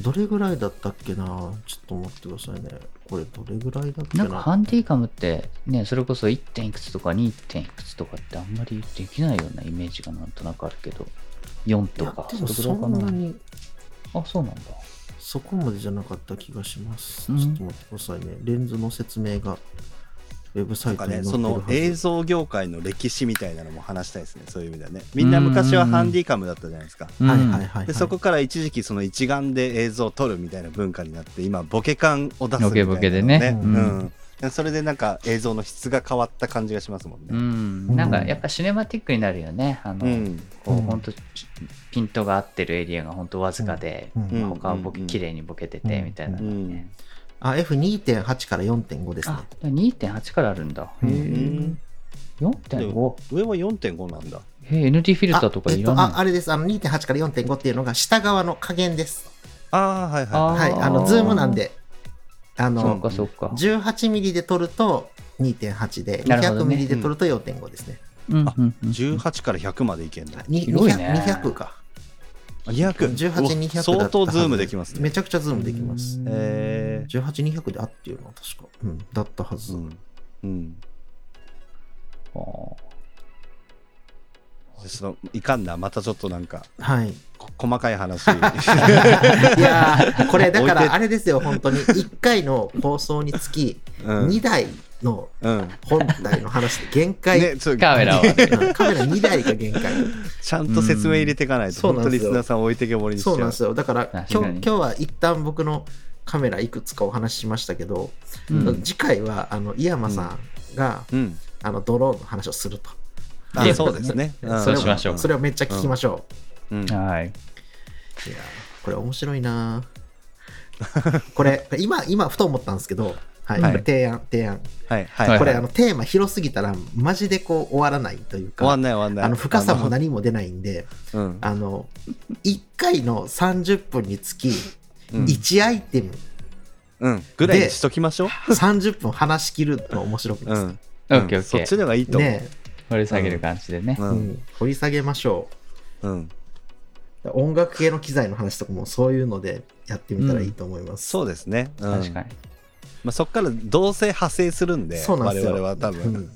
S2: どれぐらいだったっけなちょっと待ってくださいね。これどれぐらいだっ
S3: う
S2: け
S3: な
S2: なん
S3: かハンディカムって、ね、それこそ1点いくつとか2点いくつとかってあんまりできないようなイメージがなんとなくあるけど、4
S2: い
S3: と
S2: や
S3: か、
S2: でも
S3: れ
S2: そ
S3: ぐらい
S2: ん
S3: か
S2: なに
S3: あ、そうなんだ。
S2: そこまでじゃなかった気がします。
S3: うん
S2: ちょっと待ってくださいね。レンズの説明がウェブサ
S1: なん
S2: イト
S1: か
S2: に載
S1: ね、
S2: って
S1: そ
S2: るは
S1: の
S2: ず。
S1: 映像業界の歴史みたいなのも話したいですね。そういう意味ではね。みんな昔はハンディカムだったじゃないですか。
S3: うん
S2: はいはいはい、はい。
S1: でそこから一時期その一眼で映像を撮るみたいな文化になって今ボケ感を出すみたいなの、ね、
S3: ボケボケでね
S1: うんそれでなんか映像の質が変わった感じがしますもんね、
S3: うん、なんかやっぱシネマティックになるよね。あの、
S1: うん
S3: こう
S2: うん
S3: 本当ピントが合ってるエリアが本当わずかで、
S2: うんうん
S3: 他はボ
S1: う
S3: ケ
S1: ん
S3: 綺麗にボケててみたいな、ね
S2: あ、F2.8 から4.5ですね
S3: あ。でも2.8からあるんだ。
S2: うん
S1: うん
S3: 4.5。
S1: 上は4.5なんだ
S3: へえ ND フィルターとか
S2: あ
S3: いらない
S2: えっと、ああれです。あの2.8から4.5っていうのが下側の加減です。
S1: ああはいはい
S3: あー
S2: はい。あの、ズームなんで、あ
S3: そっ
S2: の、
S3: かそっか。
S2: 18ミリで撮ると2.8で、
S3: なるほど
S2: 200
S3: ね
S2: ミリで撮ると4.5ですね。
S3: うんうんうんうん
S1: 18から100までいけんだ。
S2: に
S3: 広いね
S2: 200, 200か。
S1: 200。
S2: 18、200だったはず
S1: 相当ズームできますね。
S2: めちゃくちゃズームできます。
S1: え
S2: 18、200であっていうのは確か。うん、だったは
S1: ー
S2: ず。
S1: うん。うん。
S3: あー
S1: そのいかんな、またちょっとなんか、
S2: はい。
S1: こ細かい話。
S2: いやーこれだか
S1: 置いて
S2: らあれですよ、本当に。1回の放送につき、
S1: うん。
S2: 2台の
S1: うん。
S2: 本体の話で限界。
S1: ね、ちょ
S3: カメラを。
S2: うんカメラ2台が 限界。
S1: ちゃんと説明入れていかないと、
S2: うん
S1: 本当リスナーさん置いてけぼりにしちゃ。
S2: そううなんですよ。だから
S3: 確
S2: 今
S3: か
S2: 日
S3: に
S2: 今日は一旦僕のカメラいくつかお話ししましたけど、
S3: うん
S2: 次回はあの井山さんが、
S1: うん。
S2: あのドローンの話をすると。
S1: あそうですね。ん
S3: そうしましょう
S2: それをめっちゃ聞きましょ
S1: うん
S3: はい。
S2: う。いやーこれ面白いなーこれ今今ふと思ったんですけど、はい、
S1: はい
S2: これ提案提案。
S1: はい。はい。
S3: はい
S2: これあのテーマ広すぎたらマジでこう終わらないという
S1: 終わ
S2: か
S1: ん。ない終わんない。
S2: あの深さも何も出ないんで、
S1: あの。うん。
S2: あの1回の30分につき
S1: うん
S2: 1アイテム
S1: うん。ぐらいにしときましょう。
S2: 30分話し切るの面白くないうですか
S1: ん。
S3: オッケーオッ
S1: そ
S3: ケ
S1: っち
S3: ー。
S1: の方がいいと思う。
S2: ね
S3: 掘り下げる感じでね
S1: う。
S2: え、
S1: ん。
S2: 掘り下げましょ
S1: うん。
S2: う音楽系の機材の話とかもそういうのでやってみたらいいと思います、
S1: そうですね。うん
S3: 確かに。
S1: まあ、そこからどうせ派生するんで、
S2: そうなんですよ
S1: 我々は多
S2: う
S1: 分。
S2: ん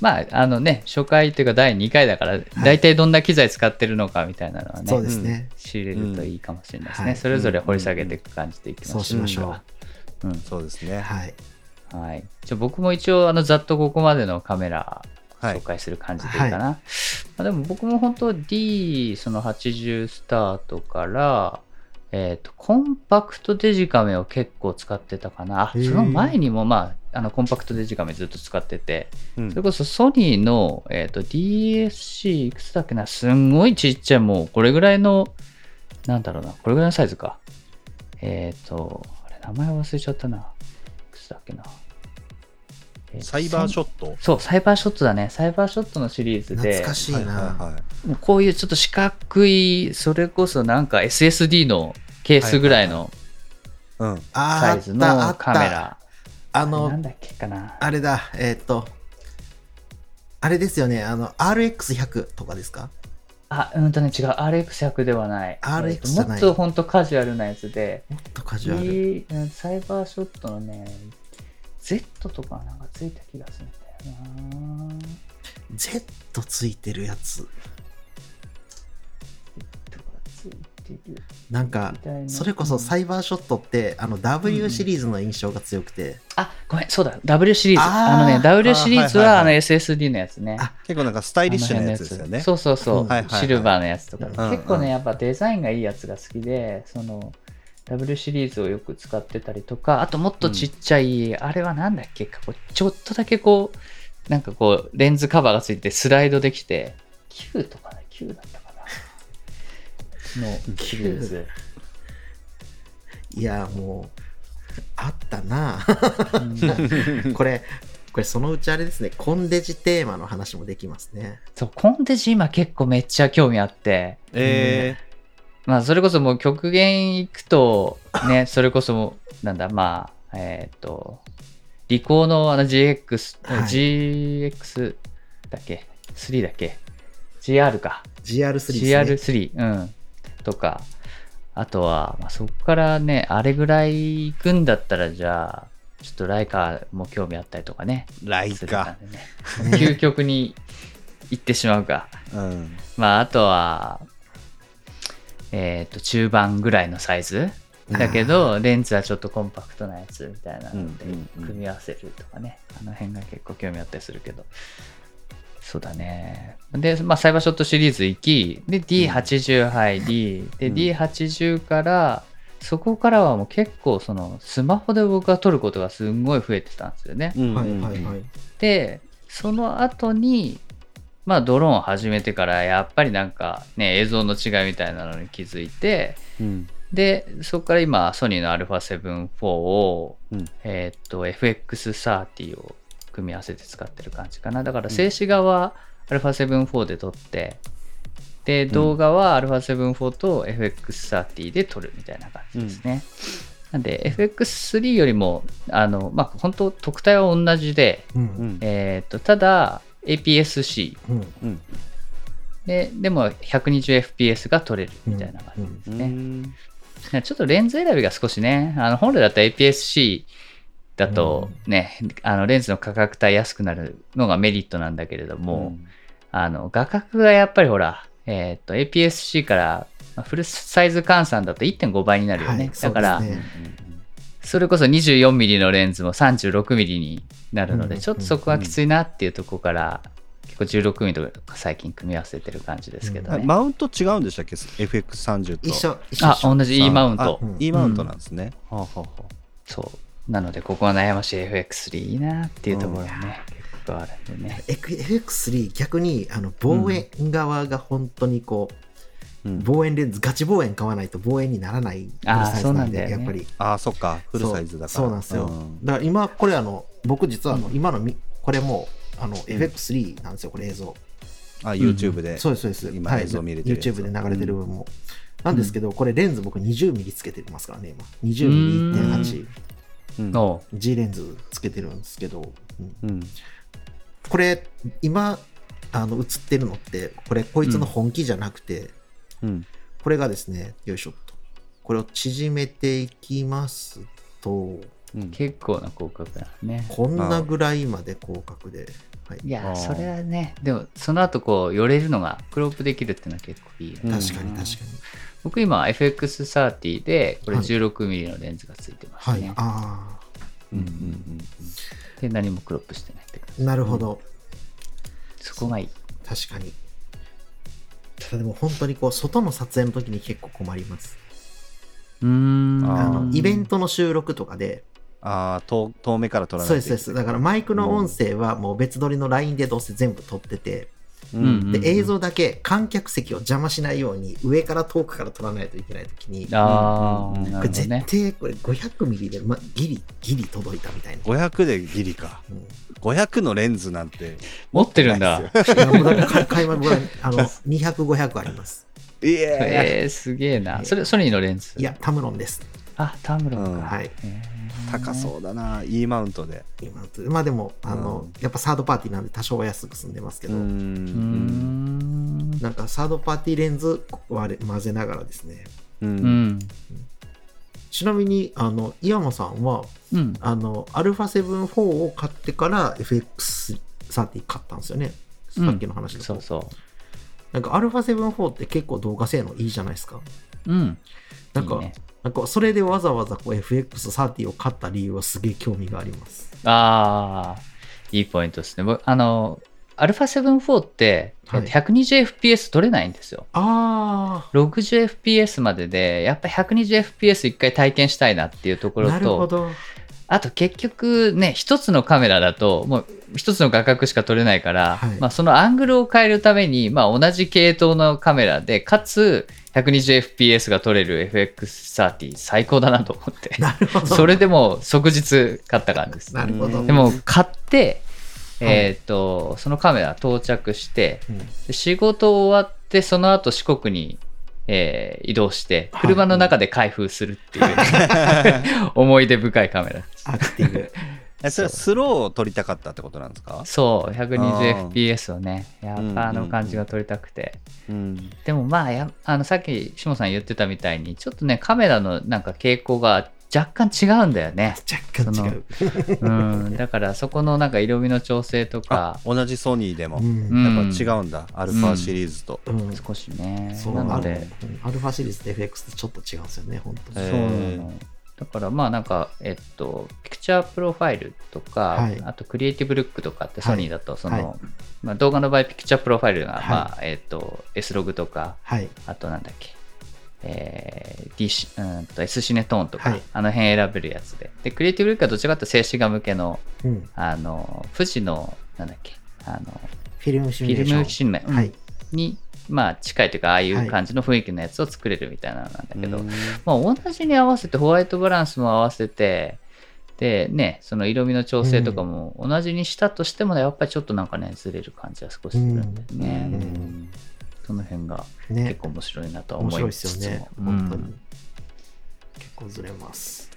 S3: まあ、あのね、初回というか第2回だから、大体どんな機材使ってるのかみたいなのは
S2: そう
S3: ね、
S2: ですね、
S3: 仕入れるといいかもしれないです
S2: は
S3: ね。
S2: い
S3: それぞれ掘り下げていく感じでいき
S2: そ
S3: ま
S2: う
S3: し
S2: しましょう、
S3: ょう。うん
S1: そうですね。
S2: はい
S3: はい。じゃあ僕も一応、あの、ざっとここまでのカメラ
S1: はい
S3: 紹介する感じでいいかな。まあ、でも僕も本当 D、その80スタートから、えっ、と、コンパクトデジカメを結構使ってたかな。あ、そ
S2: へー
S3: の前にもまあ、あの、コンパクトデジカメずっと使ってて、
S1: うん
S3: それこそソニーの、えっ、と、DSC いくつだっけな、すんごいちっちゃい、もうこれぐらいの、なんだろうな、これぐらいのサイズか。えっ、と、あれ、名前忘れちゃったな。いくつだっけな。えと
S1: サイバーショット
S3: そう、サイバーショットだね。サイバーショットのシリーズで、
S2: 懐かしいな、
S1: はいはいはい
S3: もうこういうちょっと四角い、それこそなんか SSD のケースぐらいの
S1: うん。
S2: あー
S3: サイズの
S2: あった
S3: カメラ。
S2: あ
S3: なん
S2: の
S3: だっけかな。
S2: あれだえーっとあれですよねあの RX100 とかですか
S3: あ、うんとね、違う。RX100 ではない。
S2: RX
S3: えっと
S2: じゃない
S3: もっとほんとカジュアルなやつで、
S2: もっとカジュアル、
S3: いいうんサイバーショットのね、Z とかなんかついた気がするんだよな。
S2: Z ついてるやつ
S3: とかついてる。
S2: なんか
S3: みたいな
S2: それこそサイバーショットってあの W シリーズの印象が強くて、
S3: あ、ごめん、そうだ、W シリーズ。
S2: あー
S3: あのね、W シリーズは
S1: あー
S3: あの
S1: はい
S3: SSD のやつね。
S2: あ
S1: 結構なんかスタイリッシュなやつですよ
S3: あの辺の
S1: ね。
S3: そうそうそう、
S2: うん
S1: はいはいはい
S3: シルバーのやつとか、
S2: うん
S1: うん
S3: 結構ね、やっぱデザインがいいやつが好きで、その、W シリーズをよく使ってたりとか、あともっとちっちゃい、あれはなんだっけか、こうちょっとだけこう、なんかこう、レンズカバーがついてスライドできて、9とかね、9だったか な。のシリーズ。
S2: いやもうあった な
S3: うん
S2: これこれそのうちあれですねコンデジテーマの話もできますね
S3: そう、コンデジ今結構めっちゃ興味あって、
S1: え
S3: まあ、それこそもう極限行くと、 ね、それこそもう、なんだ、まあ、えっ、と、リコーのあの GX、
S2: はい
S3: GX だっけ ?3 だっけ ?GR か。
S2: GR3 です
S3: GR3、うん。とか、あとは、まあ、そこからね、あれぐらい行くんだったら、じゃあ、ちょっとライカも興味あったりとかね。
S1: ー、ライ
S3: するか
S1: カ。
S3: らね
S2: ねね
S3: 究極に行ってしまうか。
S1: うん。
S3: まあ、あとは、えっ、と、中盤ぐらいのサイズだけど、レンズはちょっとコンパクトなやつみたいなので
S1: うんうんうん
S3: 組み合わせるとかね、あの辺が結構興味あったりするけど。そうだね。で、まあ、サイバーショットシリーズ行き、で、D80 入り、で、
S1: うん
S3: D80 から、そこからはもう結構そのスマホで僕は撮ることがすんごい増えてたんですよね。
S1: うん
S2: はいはいはい
S3: でその後にまあドローンを始めてからやっぱりなんかね映像の違いみたいなのに気づいて
S1: うん
S3: でそこから今ソニーの α7-4 を、
S1: うん
S3: えーっと FX30 を組み合わせて使ってる感じかなだから静止画は α7-4 で撮ってで動画は α7-4 と FX30 で撮るみたいな感じですね、なんで FX3 よりもあのまあ本当特体は同じで
S2: う
S1: うんん
S3: えー、とただ APS-C
S2: うん
S1: うん
S3: ででも 120fps が取れるみたいな感
S2: う
S3: じ、
S2: ん
S1: う
S3: ね
S1: ん
S3: ちょっとレンズ選びが少しねあの本来だったら APS-C だとね、あのレンズの価格帯安くなるのがメリットなんだけれども、あの画角がやっぱりほら、えー、と APS-C からまあフルサイズ換算だと1.5倍になるよね、
S2: はい
S3: だから
S2: そうですね
S3: それこそ 24mm のレンズも 36mm になるので、
S2: うん
S3: ちょっとそこがきついなっていうところから、結構 16mm とか最近組み合わせてる感じですけど
S1: あ
S3: ね。
S1: マウント違うんでしたっけ ?FX30 と。
S2: 一緒、一緒。
S3: あ、同じ E マウント
S1: あ。
S2: うん
S1: E マウントなんですね。はあはあはあ
S3: そう。なので、ここは悩ましい FX3 いいなっていうところがね、結構あるんでね。
S2: エク FX3 逆にあの望遠側が本当にこ
S1: う
S2: う、
S1: ん
S2: 望遠レンズガチ望遠買わないと望遠にならないフル
S3: あー
S2: サイズ
S3: そう
S2: な
S3: なんんだ
S2: で
S3: よね
S2: やっぱり
S1: ああ、そっか。フルサイズだから。
S2: そうそうなんですよ、
S1: ん
S2: だから今これあの僕実はあの今のみこれもあの FX3 なんですよこれ映像、
S1: あ、YouTube で。
S2: そうですそうです
S1: 今
S2: はい
S1: 映像見れてるやつ
S2: YouTube で流れてる分も、なんですけどこれレンズ僕 20mm つけてますからね今 20mm1.8G
S1: うん
S3: おう
S2: レンズつけてるんですけど、うん
S1: うん
S2: これ今あの映ってるのってこれこいつの本気じゃなくて、
S1: うん
S2: これがですね、よいしょっと。これを縮めていきますと、
S1: うん
S3: 結構な広角だね。
S2: こんなぐらいまで広角で。はい、
S3: い
S1: あ
S3: や、
S1: ー
S3: それはね、でも、その後こう、寄れるのが、クロープできるっていうのは結構いいよね。
S1: うん
S2: 確かに確かに。
S3: 僕今 FX30 でこれ
S2: はい
S3: 16mm のレンズがついてま
S2: は
S3: す
S2: い。
S3: ね、
S2: あ
S1: うんうん
S3: で何もクロップしてないって感
S2: あ、なるほど。
S3: じそこがいい
S2: 確かに。ただでも本当にこう、外の撮影の時に結構困ります。
S3: うーん
S1: あー
S2: あのイベン
S3: ト
S2: トの収録とかで、
S1: ああ、遠遠目から撮らない
S2: そう
S1: と
S2: で
S1: いけ
S2: すそう
S1: ない
S2: です。だからマイクの音声はもう別撮りの LINE でどうせ全部撮ってて、
S1: うん
S3: うん
S2: で、映像だけ観客席を邪魔しないように上から遠くから撮らないといけない時に、
S3: あ
S1: うん
S3: あ、
S1: うんうん
S3: な
S2: これ
S3: るほど
S2: 絶
S3: ね
S2: 対これ500ミリで、ま、ギリギリ届いたみたいな。
S1: 500でギリか。
S2: うん
S1: 500のレンズなんて。
S3: 持ってるんだ
S2: い やもうだから買い買い物ぐらいあの200、500あります。
S1: いえ、
S3: えー、すげえなそれソニーのレンズ
S2: いや、タムロンです。
S3: あタムロンか、
S1: うん
S2: はい。
S3: えー
S1: 高そうだな。E マウントで。
S2: 今まあでも、あの、
S1: うん
S2: やっぱサードパーティーなんで多少は安く済んでますけ
S1: う
S2: ど、
S3: うー
S1: ん。
S3: ん
S2: なんかサードパーティーレンズ割れ混ぜながらですね。
S1: う。
S3: うんん
S2: ちなみに、あの、岩間さんは、
S3: うん
S2: あの、α7-4 を買ってから FX30 買ったんですよね。さっきの話だと。
S3: そうそ
S2: なんか α7-4 って結構動画性能いいじゃないですか。
S3: ううん
S2: なんか、
S3: いいね
S2: なんかそれでわざわざこう FX30 を買った理由はすげえ興味があります。
S3: ああいいポイントですね僕あの α7-4 って、
S2: はい
S3: 120fps 取れないんですよ
S2: あ
S3: 60fps まででやっぱ 120fps 一回体験したいなっていうとこ
S2: あ、
S3: ろ
S2: なるほ
S3: と
S2: ど。
S3: あと結局ね一つのカメラだともう一つの画角しか撮れないから、
S2: はい
S3: まあ、そのアングルを変えるために、まあ、同じ系統のカメラでかつ 120fps が撮れる FX30 最高だなと思って
S2: なるほど。
S3: それでもう即日買った感じです
S2: なるほど。
S1: うん
S3: でも買って、
S2: はい
S3: えー、とそのカメラ到着して
S2: うん、
S3: で仕事終わってその後四国に、えー移動して
S2: はい
S3: 車の中で開封するっていう、 思い出深いカメラです
S2: アクティブ。
S1: えそれはスローを撮りたかったってことなんですか
S3: そう
S1: あー
S3: 120fps をねや
S1: うんう
S3: っ
S1: ん
S3: ぱあの感じが撮りたくて、
S1: うん。
S3: でもまあやあのさっきしもさん言ってたみたいにちょっとねカメラのなんか傾向が若干違うんだよね、
S2: 若干違う。
S3: うん、だからそこのなんか色味の調整と
S1: あ
S3: か、
S1: 同じソニーでも
S2: う。ん
S3: ん
S1: やっぱ違うんだ。アルファシリーズと。
S2: うん
S3: 少しね
S2: そう
S3: な
S2: な
S3: の
S2: の
S3: で
S2: で。アルファシリーズと FX ってちょっと違うんですよね、本当に。
S1: え
S3: そうな
S1: へー
S3: のだからまあなんかえっとピクチャープロファイルとか、
S2: はい
S3: あとクリエイティブルックとかって
S2: はい
S3: ソニーだとその、
S2: はい
S3: まあ、動画の場合ピクチャープロファイルが、
S2: はい
S3: まあえっと S ログとか
S2: はい。
S3: あとなんだっけえー DC うーんと S シネトーンとか、
S2: はい
S3: あの辺選べるやつででクリエイティブルックはどちらかというと静止画向けの
S2: うん
S3: あの富士のなんだっけあの
S2: フィルムシ
S3: フ
S2: ミュレー
S3: ィ
S2: シ
S3: ル
S2: ョン。
S3: ムシネ
S2: はい。
S3: に、まあ、近いというかああい
S2: はい
S3: う感じの雰囲気のやつを作れるみたいなのなんだけど、
S1: うん
S3: まあ、同じに合わせてホワイトバランスも合わせてでねその色味の調整とかも同じにしたとしてもね、やっぱりちょっとなんかねずれる感じは少しするんでね、
S2: うん
S3: その辺が
S2: ね
S3: 結。構面白いなとは
S2: 面
S3: 思
S2: 白い
S3: い
S2: で
S3: つ
S2: す
S3: つ
S2: よ
S3: も
S2: ね。本当
S3: う
S2: に
S3: ん。
S2: 結構ずれます。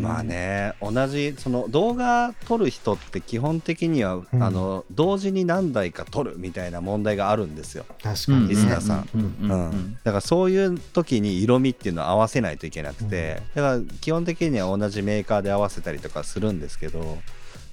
S1: まあ。ね、同じその動画撮る人って基本的には、
S2: うん
S1: あの同時に何台か撮るみたいな問題があるんですよ。
S2: 確かに、ね。
S1: リスナーさん
S2: う。
S3: うんんう
S1: うんんだからそういう時に色味っていうのを合わせないといけなくて、だから基本的には同じメーカーで合わせたりとかするんですけど、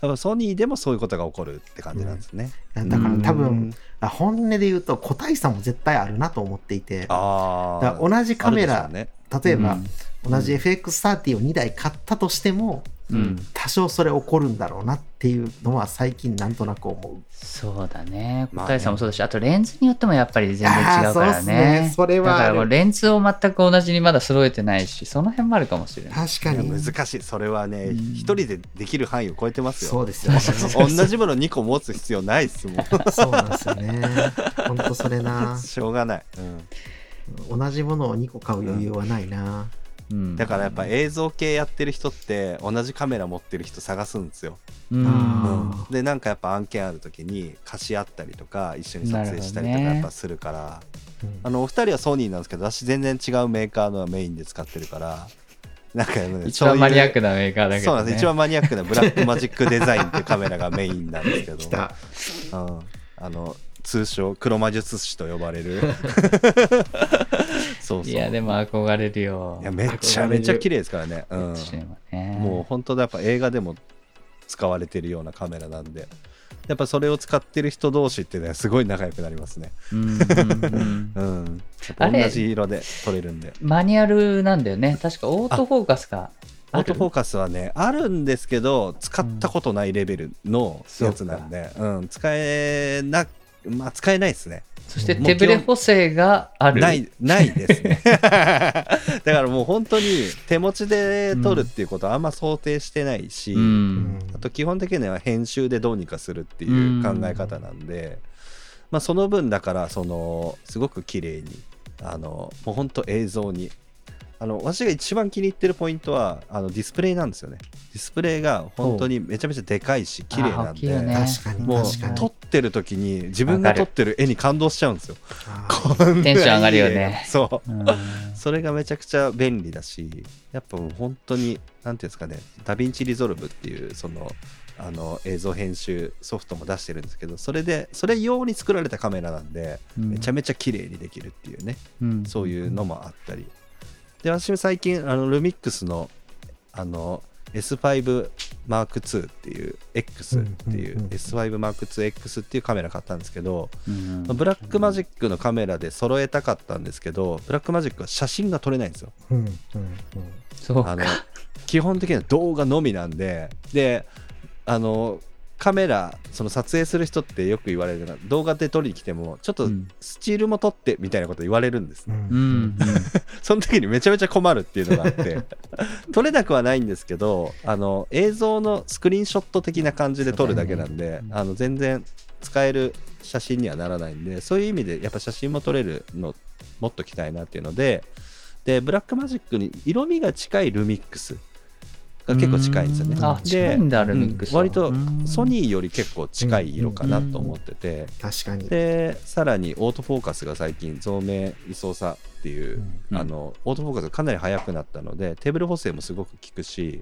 S1: だからソニーでもそういうことが起こるって感じなんですね。
S2: だから多分、
S1: うん
S2: あ本音で言うと個体差も絶対あるなと思っていて、
S1: あ
S2: だから同じカメラ
S1: あるでしょうね
S2: 例えば、
S3: うん
S2: 同じ FX30 を2台買ったとしても、
S3: うん
S2: 多少それ起こるんだろうなっていうのは最近なんとなく思う。
S3: そうだね。
S1: まあね
S3: 答えさんもそうだし、あとレンズによってもやっぱり全然違うから
S2: あーそうっす
S3: ね
S2: ね。それはある
S3: だからもうレンズを全く同じにまだ揃えてないし、その辺もあるかもしれない。
S2: 確か
S1: い
S2: に。
S1: や難しいそれはね
S3: うん
S1: 一人でできる範囲を超えてますよ
S2: そうですよね。
S1: 同じもの2個持つ必要ないっすもん
S2: そうなんですよね。本当それ な。
S1: しょうがない、うん
S2: 同じものを2個買う余裕はないな。
S3: うん
S1: だからやっぱ映像系やってる人って同じカメラ持ってる人探すんですよ、
S3: うん
S2: あ
S1: でなんかやっぱ案件ある時に貸し合ったりとか一緒に撮影したりとか
S3: なるほどね
S1: やっぱするから
S2: うん
S1: あのお二人はソニーなんですけど私全然違うメーカーのメインで使ってるからなんか、ね、
S3: 一番マニアック
S1: な
S3: なメーカーだけ
S1: そうな
S3: ど、ね。
S1: んです一番マニアックなブラックマジックデザインっていうカメラがメインなん ですけど
S2: 来た。
S1: うん、あの通称黒魔術師と呼ばれ るそうそう
S3: いや、でも憧れるよ
S1: い。やめちゃめちゃ綺麗ですからね、う
S3: うん
S1: ん、もう
S3: ね、
S1: 本当だやっぱ映画でも使われてるようなカメラなんでやっぱそれを使ってる人同士ってねすごい仲良くなりますね
S3: うんうんうん
S1: うんやっぱ
S3: あれ
S1: 同じ色で撮れるんで
S3: マニュアルなんだよね。確かオートフォーカスか。
S1: オートフォーカスはねあるんですけど使ったことないレベルのやつなんで、うん、使えなまあ使えないですね
S3: そして手ブレ補正がある。
S1: ないないですね だからもう本当に手持ちで撮るっていうことはあんま想定してないし、
S3: う
S2: うんん。
S1: あと基本的には編集でどうにかするっていう考え方なんで、まあ、その分だからそのすごく綺麗にあのもう本当映像にあの私が一番気に入ってるポイントはあのディスプレイなんですよねディスプレイが本当にめちゃめちゃでかいし綺麗な
S3: あ大
S1: ん
S3: きいよ
S1: で、
S3: ね
S2: 確かに、
S1: もう
S2: 確かに。
S1: 撮ってる時に自分が撮ってる絵に感動しちゃうんですよ
S2: あー
S1: こんなに
S3: テンション上がるよね
S1: そう
S3: うん
S1: それがめちゃくちゃ便利だしやっぱもう本当に何ていうんですかねダヴィンチリゾルブっていうそのあの映像編集ソフトも出してるんですけどそれでそれ用に作られたカメラなんでめちゃめちゃ綺麗にできるっていうね
S3: うん
S1: そういうのもあったりで私も最近あのルミックスのあの S5M2 っていう X ってい
S2: うんうんうんう
S1: うん S5M2X っていうカメラ買ったんですけど
S3: うん
S1: ブラックマジックのカメラで揃えたかったんですけどブラックマジックは写真が撮れないんですよ
S2: うんうんうん
S3: そう
S1: あ
S3: か
S1: の。基本的には動画のみなんでであのカメラその撮影する人ってよく言われるのが動画で撮りに来てもちょっと
S3: うん
S1: スチールも撮ってみたいなこと言われるんですね、
S2: うん
S3: うん
S1: その時にめちゃめちゃ困るっていうのがあって 撮れなくはないんですけどあの映像のスクリーンショット的な感じで撮るだけなんで、あの全然使える写真にはならないんでそういう意味でやっぱ写真も撮れるのもっときたいなっていうのででブラックマジックに色味が近いルミックスが結構近いんですよね
S3: うんあ
S1: で
S3: 近いんだルミックスは
S1: 割と
S3: うん
S1: ソニーより結構近い色かなと思ってて、
S2: 確かに。
S1: でさらにオートフォーカスが最近増明位相差っていう、
S3: うん
S1: あのオートフォーカスがかなり速くなったのでテーブル補正もすごく効くし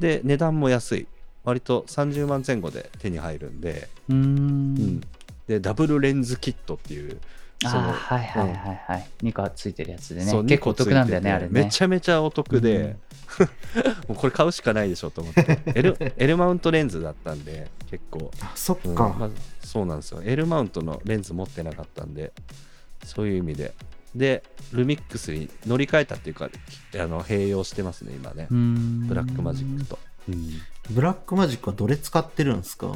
S1: で値段も安い割と30万前後で手に入るんで,、
S3: う
S1: うん
S3: ん。
S1: でダブルレンズキットっていう
S3: あ
S1: その
S3: ーはいはいはいはい。2個ついてるやつで
S1: そう
S3: ね。結構お得なんだよ
S1: 二
S3: ね、あ
S1: 個つい
S3: れ
S1: てて
S3: ね。
S1: めちゃめちゃお得で、
S3: うん
S1: もうこれ買うしかないでしょと思って L, L マウントレンズだったんで結構
S2: あそっ
S1: うん
S2: か。
S1: まあ、そうなんですよ L マウントのレンズ持ってなかったんでそういう意味ででルミックスに乗り換えたっていうかあの併用してますね今ね、
S3: うん
S1: ブラックマジック。と、
S2: ブラックマジックはどれ使ってるんですか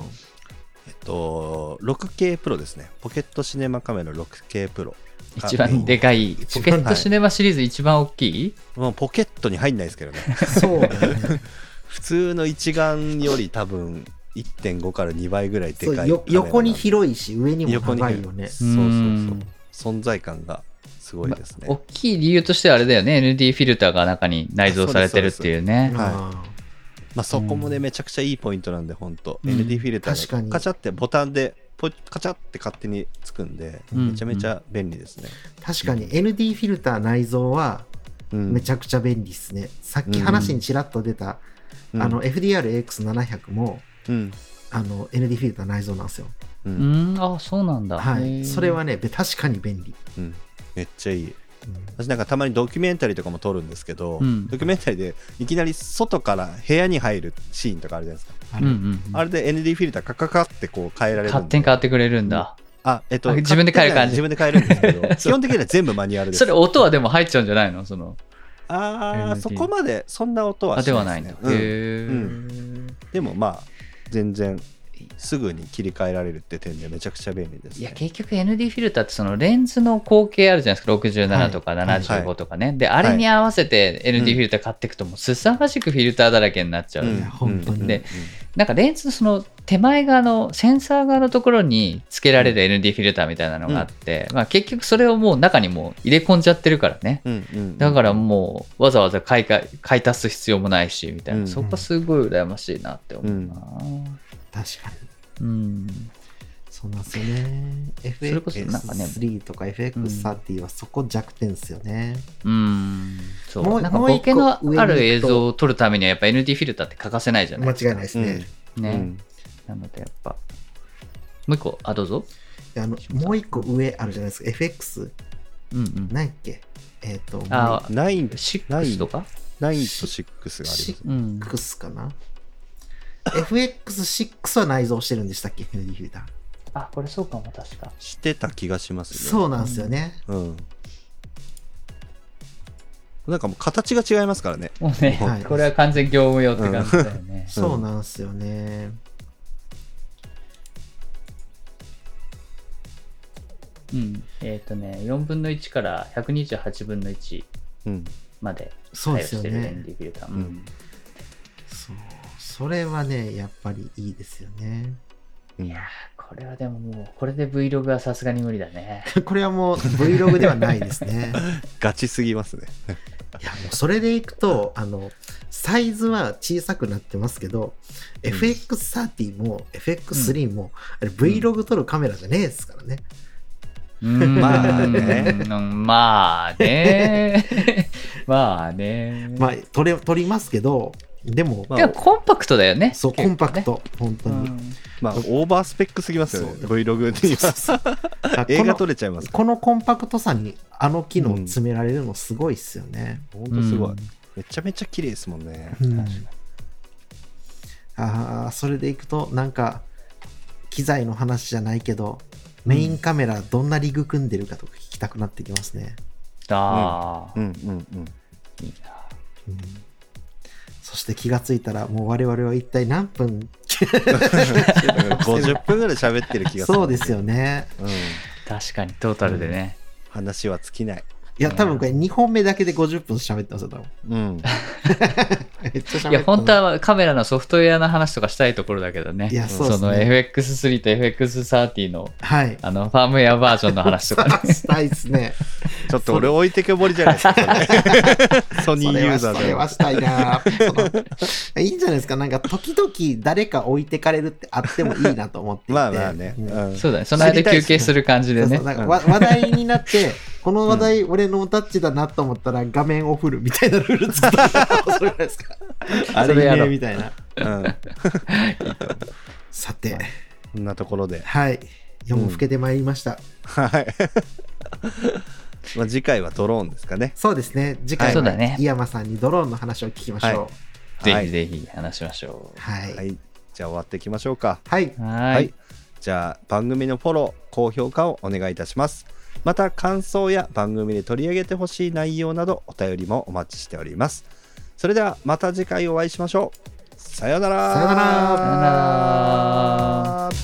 S1: えっと 6K プロですねポケットシネマカメラ 6K プロ
S3: 一番でかい。ポ
S2: 一番
S3: ケットシネマシリーズ一番大きい
S1: もうポケットに入んないですけどね
S2: そうだね。
S1: 普通の一眼より多分1.5から2倍ぐらいで
S2: そう
S1: かい
S2: よ
S1: カメラなんで
S2: 横に広いし、上にも
S1: 横に
S2: 長
S1: 広
S2: いよね。
S1: そうそう
S3: うん
S1: そう存在感がすごいですね、
S3: 大きい理由としてはあれだよね。ND フィルターが中に内蔵されてるっていうね。
S1: は
S2: あ
S1: まあ、そこもね、めちゃくちゃいいポイントなんで、本当、
S3: うん
S1: ND フィルタ
S2: 確か
S1: ー
S2: に
S1: がカチャってボタンで、ポチカチャって勝手につくんで、
S3: うん
S1: めちゃめちゃ便利ですね。
S2: ー確かに ND フィルター内蔵は、
S1: うん
S2: めちゃくちゃ便利ですね。さっき話にちらっと出た、
S1: うん
S2: あの FDR-AX700 も、
S1: うん
S2: あの ND フィルター内蔵なんですよ。
S1: う
S3: うんん、あ、そうなんだ。
S2: は
S3: へー
S2: い。それはね、べ確かに便利。
S1: うんめっちゃいい
S2: うん
S1: 私なんかたまにドキュメンタリーとかも撮るんですけど、
S3: うん
S1: ドキュメンタリーでいきなり外から部屋に入るシーンとかあるじゃないですか、
S2: あ
S3: うん
S2: れ
S3: うんうん。
S1: あれで ND フィルターカカカってこう変えられるんで
S3: 勝手に変わってくれるんだ。
S1: あえっと
S3: あ自分で変える感じ
S1: 自分で変えるんです けど基本的には全部マニュアルです
S3: それ音はでも入っちゃうんじゃないのその。
S1: ああ
S3: ND
S1: そこまでそんな音は
S3: あ、
S1: し
S3: では
S1: な
S3: ない
S1: い
S3: ん
S1: で
S3: だ。
S1: すね
S3: へ
S1: うん
S3: ー
S1: でもまあ全然すぐに切り替えられるって点でめちゃくちゃ便利です、
S3: いや
S1: ね、
S3: 結局 ND フィルターってそのレンズの光景あるじゃないですか67とか75とかね、であれに合わせて ND フィルター買っていくともうすさまじくフィルターだらけになっちゃう、
S2: いや本当に
S3: ねなんかレンズのその手前側のセンサー側のところに付けられる ND フィルターみたいなのがあって、まあ、結局それをもう中にもう入れ込んじゃってるからね
S1: うんうんうん
S3: だからもうわざわざ買い替え買い足す必要もないしみたいな、
S1: うん
S3: そこすごい羨ましいなって思うな、
S2: 確かに。
S3: うん、
S2: そうなんですよね。
S3: れこそなんかね
S2: FX3 とか FX30 はそこ弱点ですよね。
S3: うんそう
S2: もう
S3: なんか
S2: もう一
S3: ボケ
S2: 個
S3: の
S2: 上に行くと
S3: ある映像を撮るためにはやっぱ ND フィルターって欠かせないじゃない
S2: 間違いない
S3: い
S2: です
S1: うん
S2: ね。
S1: う
S3: ね、
S1: ん
S3: なのでやっぱもう一個あどうぞ
S2: であのもう一個上あるじゃないですか。FX、
S3: うんうん
S2: 何やっけえっ、と、
S3: あ
S1: ナイン
S3: 6とか
S1: ナインと6があります、ね、
S3: うん、
S2: FX かな ?FX6 は内蔵してるんでしたっけ ?ND フィルター。
S3: あこれそうかも確か
S1: してた気がしますね
S2: そうなんですよね。
S1: うん。なんかもう形が違いますからね。
S3: もうね、
S2: はい
S3: これは完全業務用って感じだよね、
S2: そうなんですよね。
S3: うん、えっ、とね4分の1から128分の1
S1: うん。
S3: まで
S2: そう
S3: 対応
S2: です
S3: し
S2: よ
S3: てる
S2: ね
S3: ND。フィルター、
S1: う
S3: うん
S1: ん。
S2: そう。それはね、やっぱりいいですよね。
S1: うん
S3: いやーこれはでももうこれで Vlog はさすがに無理だね
S2: これはもう Vlog ではないですね。
S1: ガチすぎますね。
S2: いやもうそれでいくとあのサイズは小さくなってますけど、
S1: ん
S2: FX30 も FX3 も、あれ Vlog 撮るカメラじゃねえですからね、
S1: まあね
S3: うんまあ ね。まあね。
S2: まあ撮れ撮りますけどでも、
S1: まあ
S3: でもコンパクトだよね。
S2: そうコンパクト、本当に、
S1: まあ、オーバースペックすぎますよね。
S2: そう
S1: Vlog に
S2: そう
S1: は。
S2: そうそうだから
S1: 映画
S2: こ
S1: 撮
S2: の
S1: れちゃいます。
S2: このコンパクトさにあの機能詰められるのすごいっすよね、
S1: ほん
S3: う
S1: と
S3: ん
S1: すごい。めちゃめちゃ綺麗ですもんね。
S2: うんああそれでいくとなんか機材の話じゃないけどメインカメラどんなリグ組んでるかとか聞きたくなってきますね、
S3: あ
S1: う
S3: あ、
S1: んうんうん。
S3: いいな
S2: うんそして気がついたらもう我々は一体何分
S1: 50分ぐらい喋ってる気がする。
S2: そうですよね
S1: うん。
S3: 確かにトータルでね。
S1: 話は尽きない。
S2: いや多分これ2本目だけで50分喋ってますよ多分
S1: うん。
S2: めっちゃ喋ってます
S3: いや、本当はカメラのソフトウェアの話とかしたいところだけどね。
S2: いやそうですね
S3: の FX3 と FX30 の
S2: はい
S3: あのファームウェアバージョンの話とかね。
S2: したいですね
S1: ちょっと俺置いてけぼりじゃないですかそれ。ソニ
S2: そ
S1: ーユ
S2: れ
S1: ー
S2: は
S1: ザ
S2: そ
S1: ー
S2: れ
S1: で。
S2: はしたいなそのいいんじゃないですかなんか時々誰か置いてかれるってあってもいいなと思っていて
S1: まあまあね。
S2: う
S1: うんん
S3: そうだね。その間休憩する感じで
S2: そう
S3: ね
S2: そう。なんかわ話題になって、この話題、俺のタッチだなと思ったら、画面を振るみたいなルール作ったら、それぐらいですか。
S1: あ
S2: そ
S1: れ
S2: れ
S1: や
S2: や
S1: ろう
S2: みたいな。
S1: うん。
S2: さて、
S1: こんなところで。
S2: はい、4も更けてまいりました。
S1: はい。 まあ次回はドローンですかね。
S2: そうですね、次回
S3: そう
S2: は
S3: だね
S2: 井山さんにドローンの話を聞きましょ
S3: ぜひぜひ話しましょ
S2: う。は。
S1: はいい。
S2: は。
S1: はいいじゃあ終わっていきましょうか。
S3: う。は
S1: はいい。。じゃあ番組のフォロー、高評価をお願いいたします。また感想や番組で取り上げてほしい内容などお便りもお待ちしております。それではまた次回お会いしましょう。さようなら。
S2: さようなら
S3: さようなら。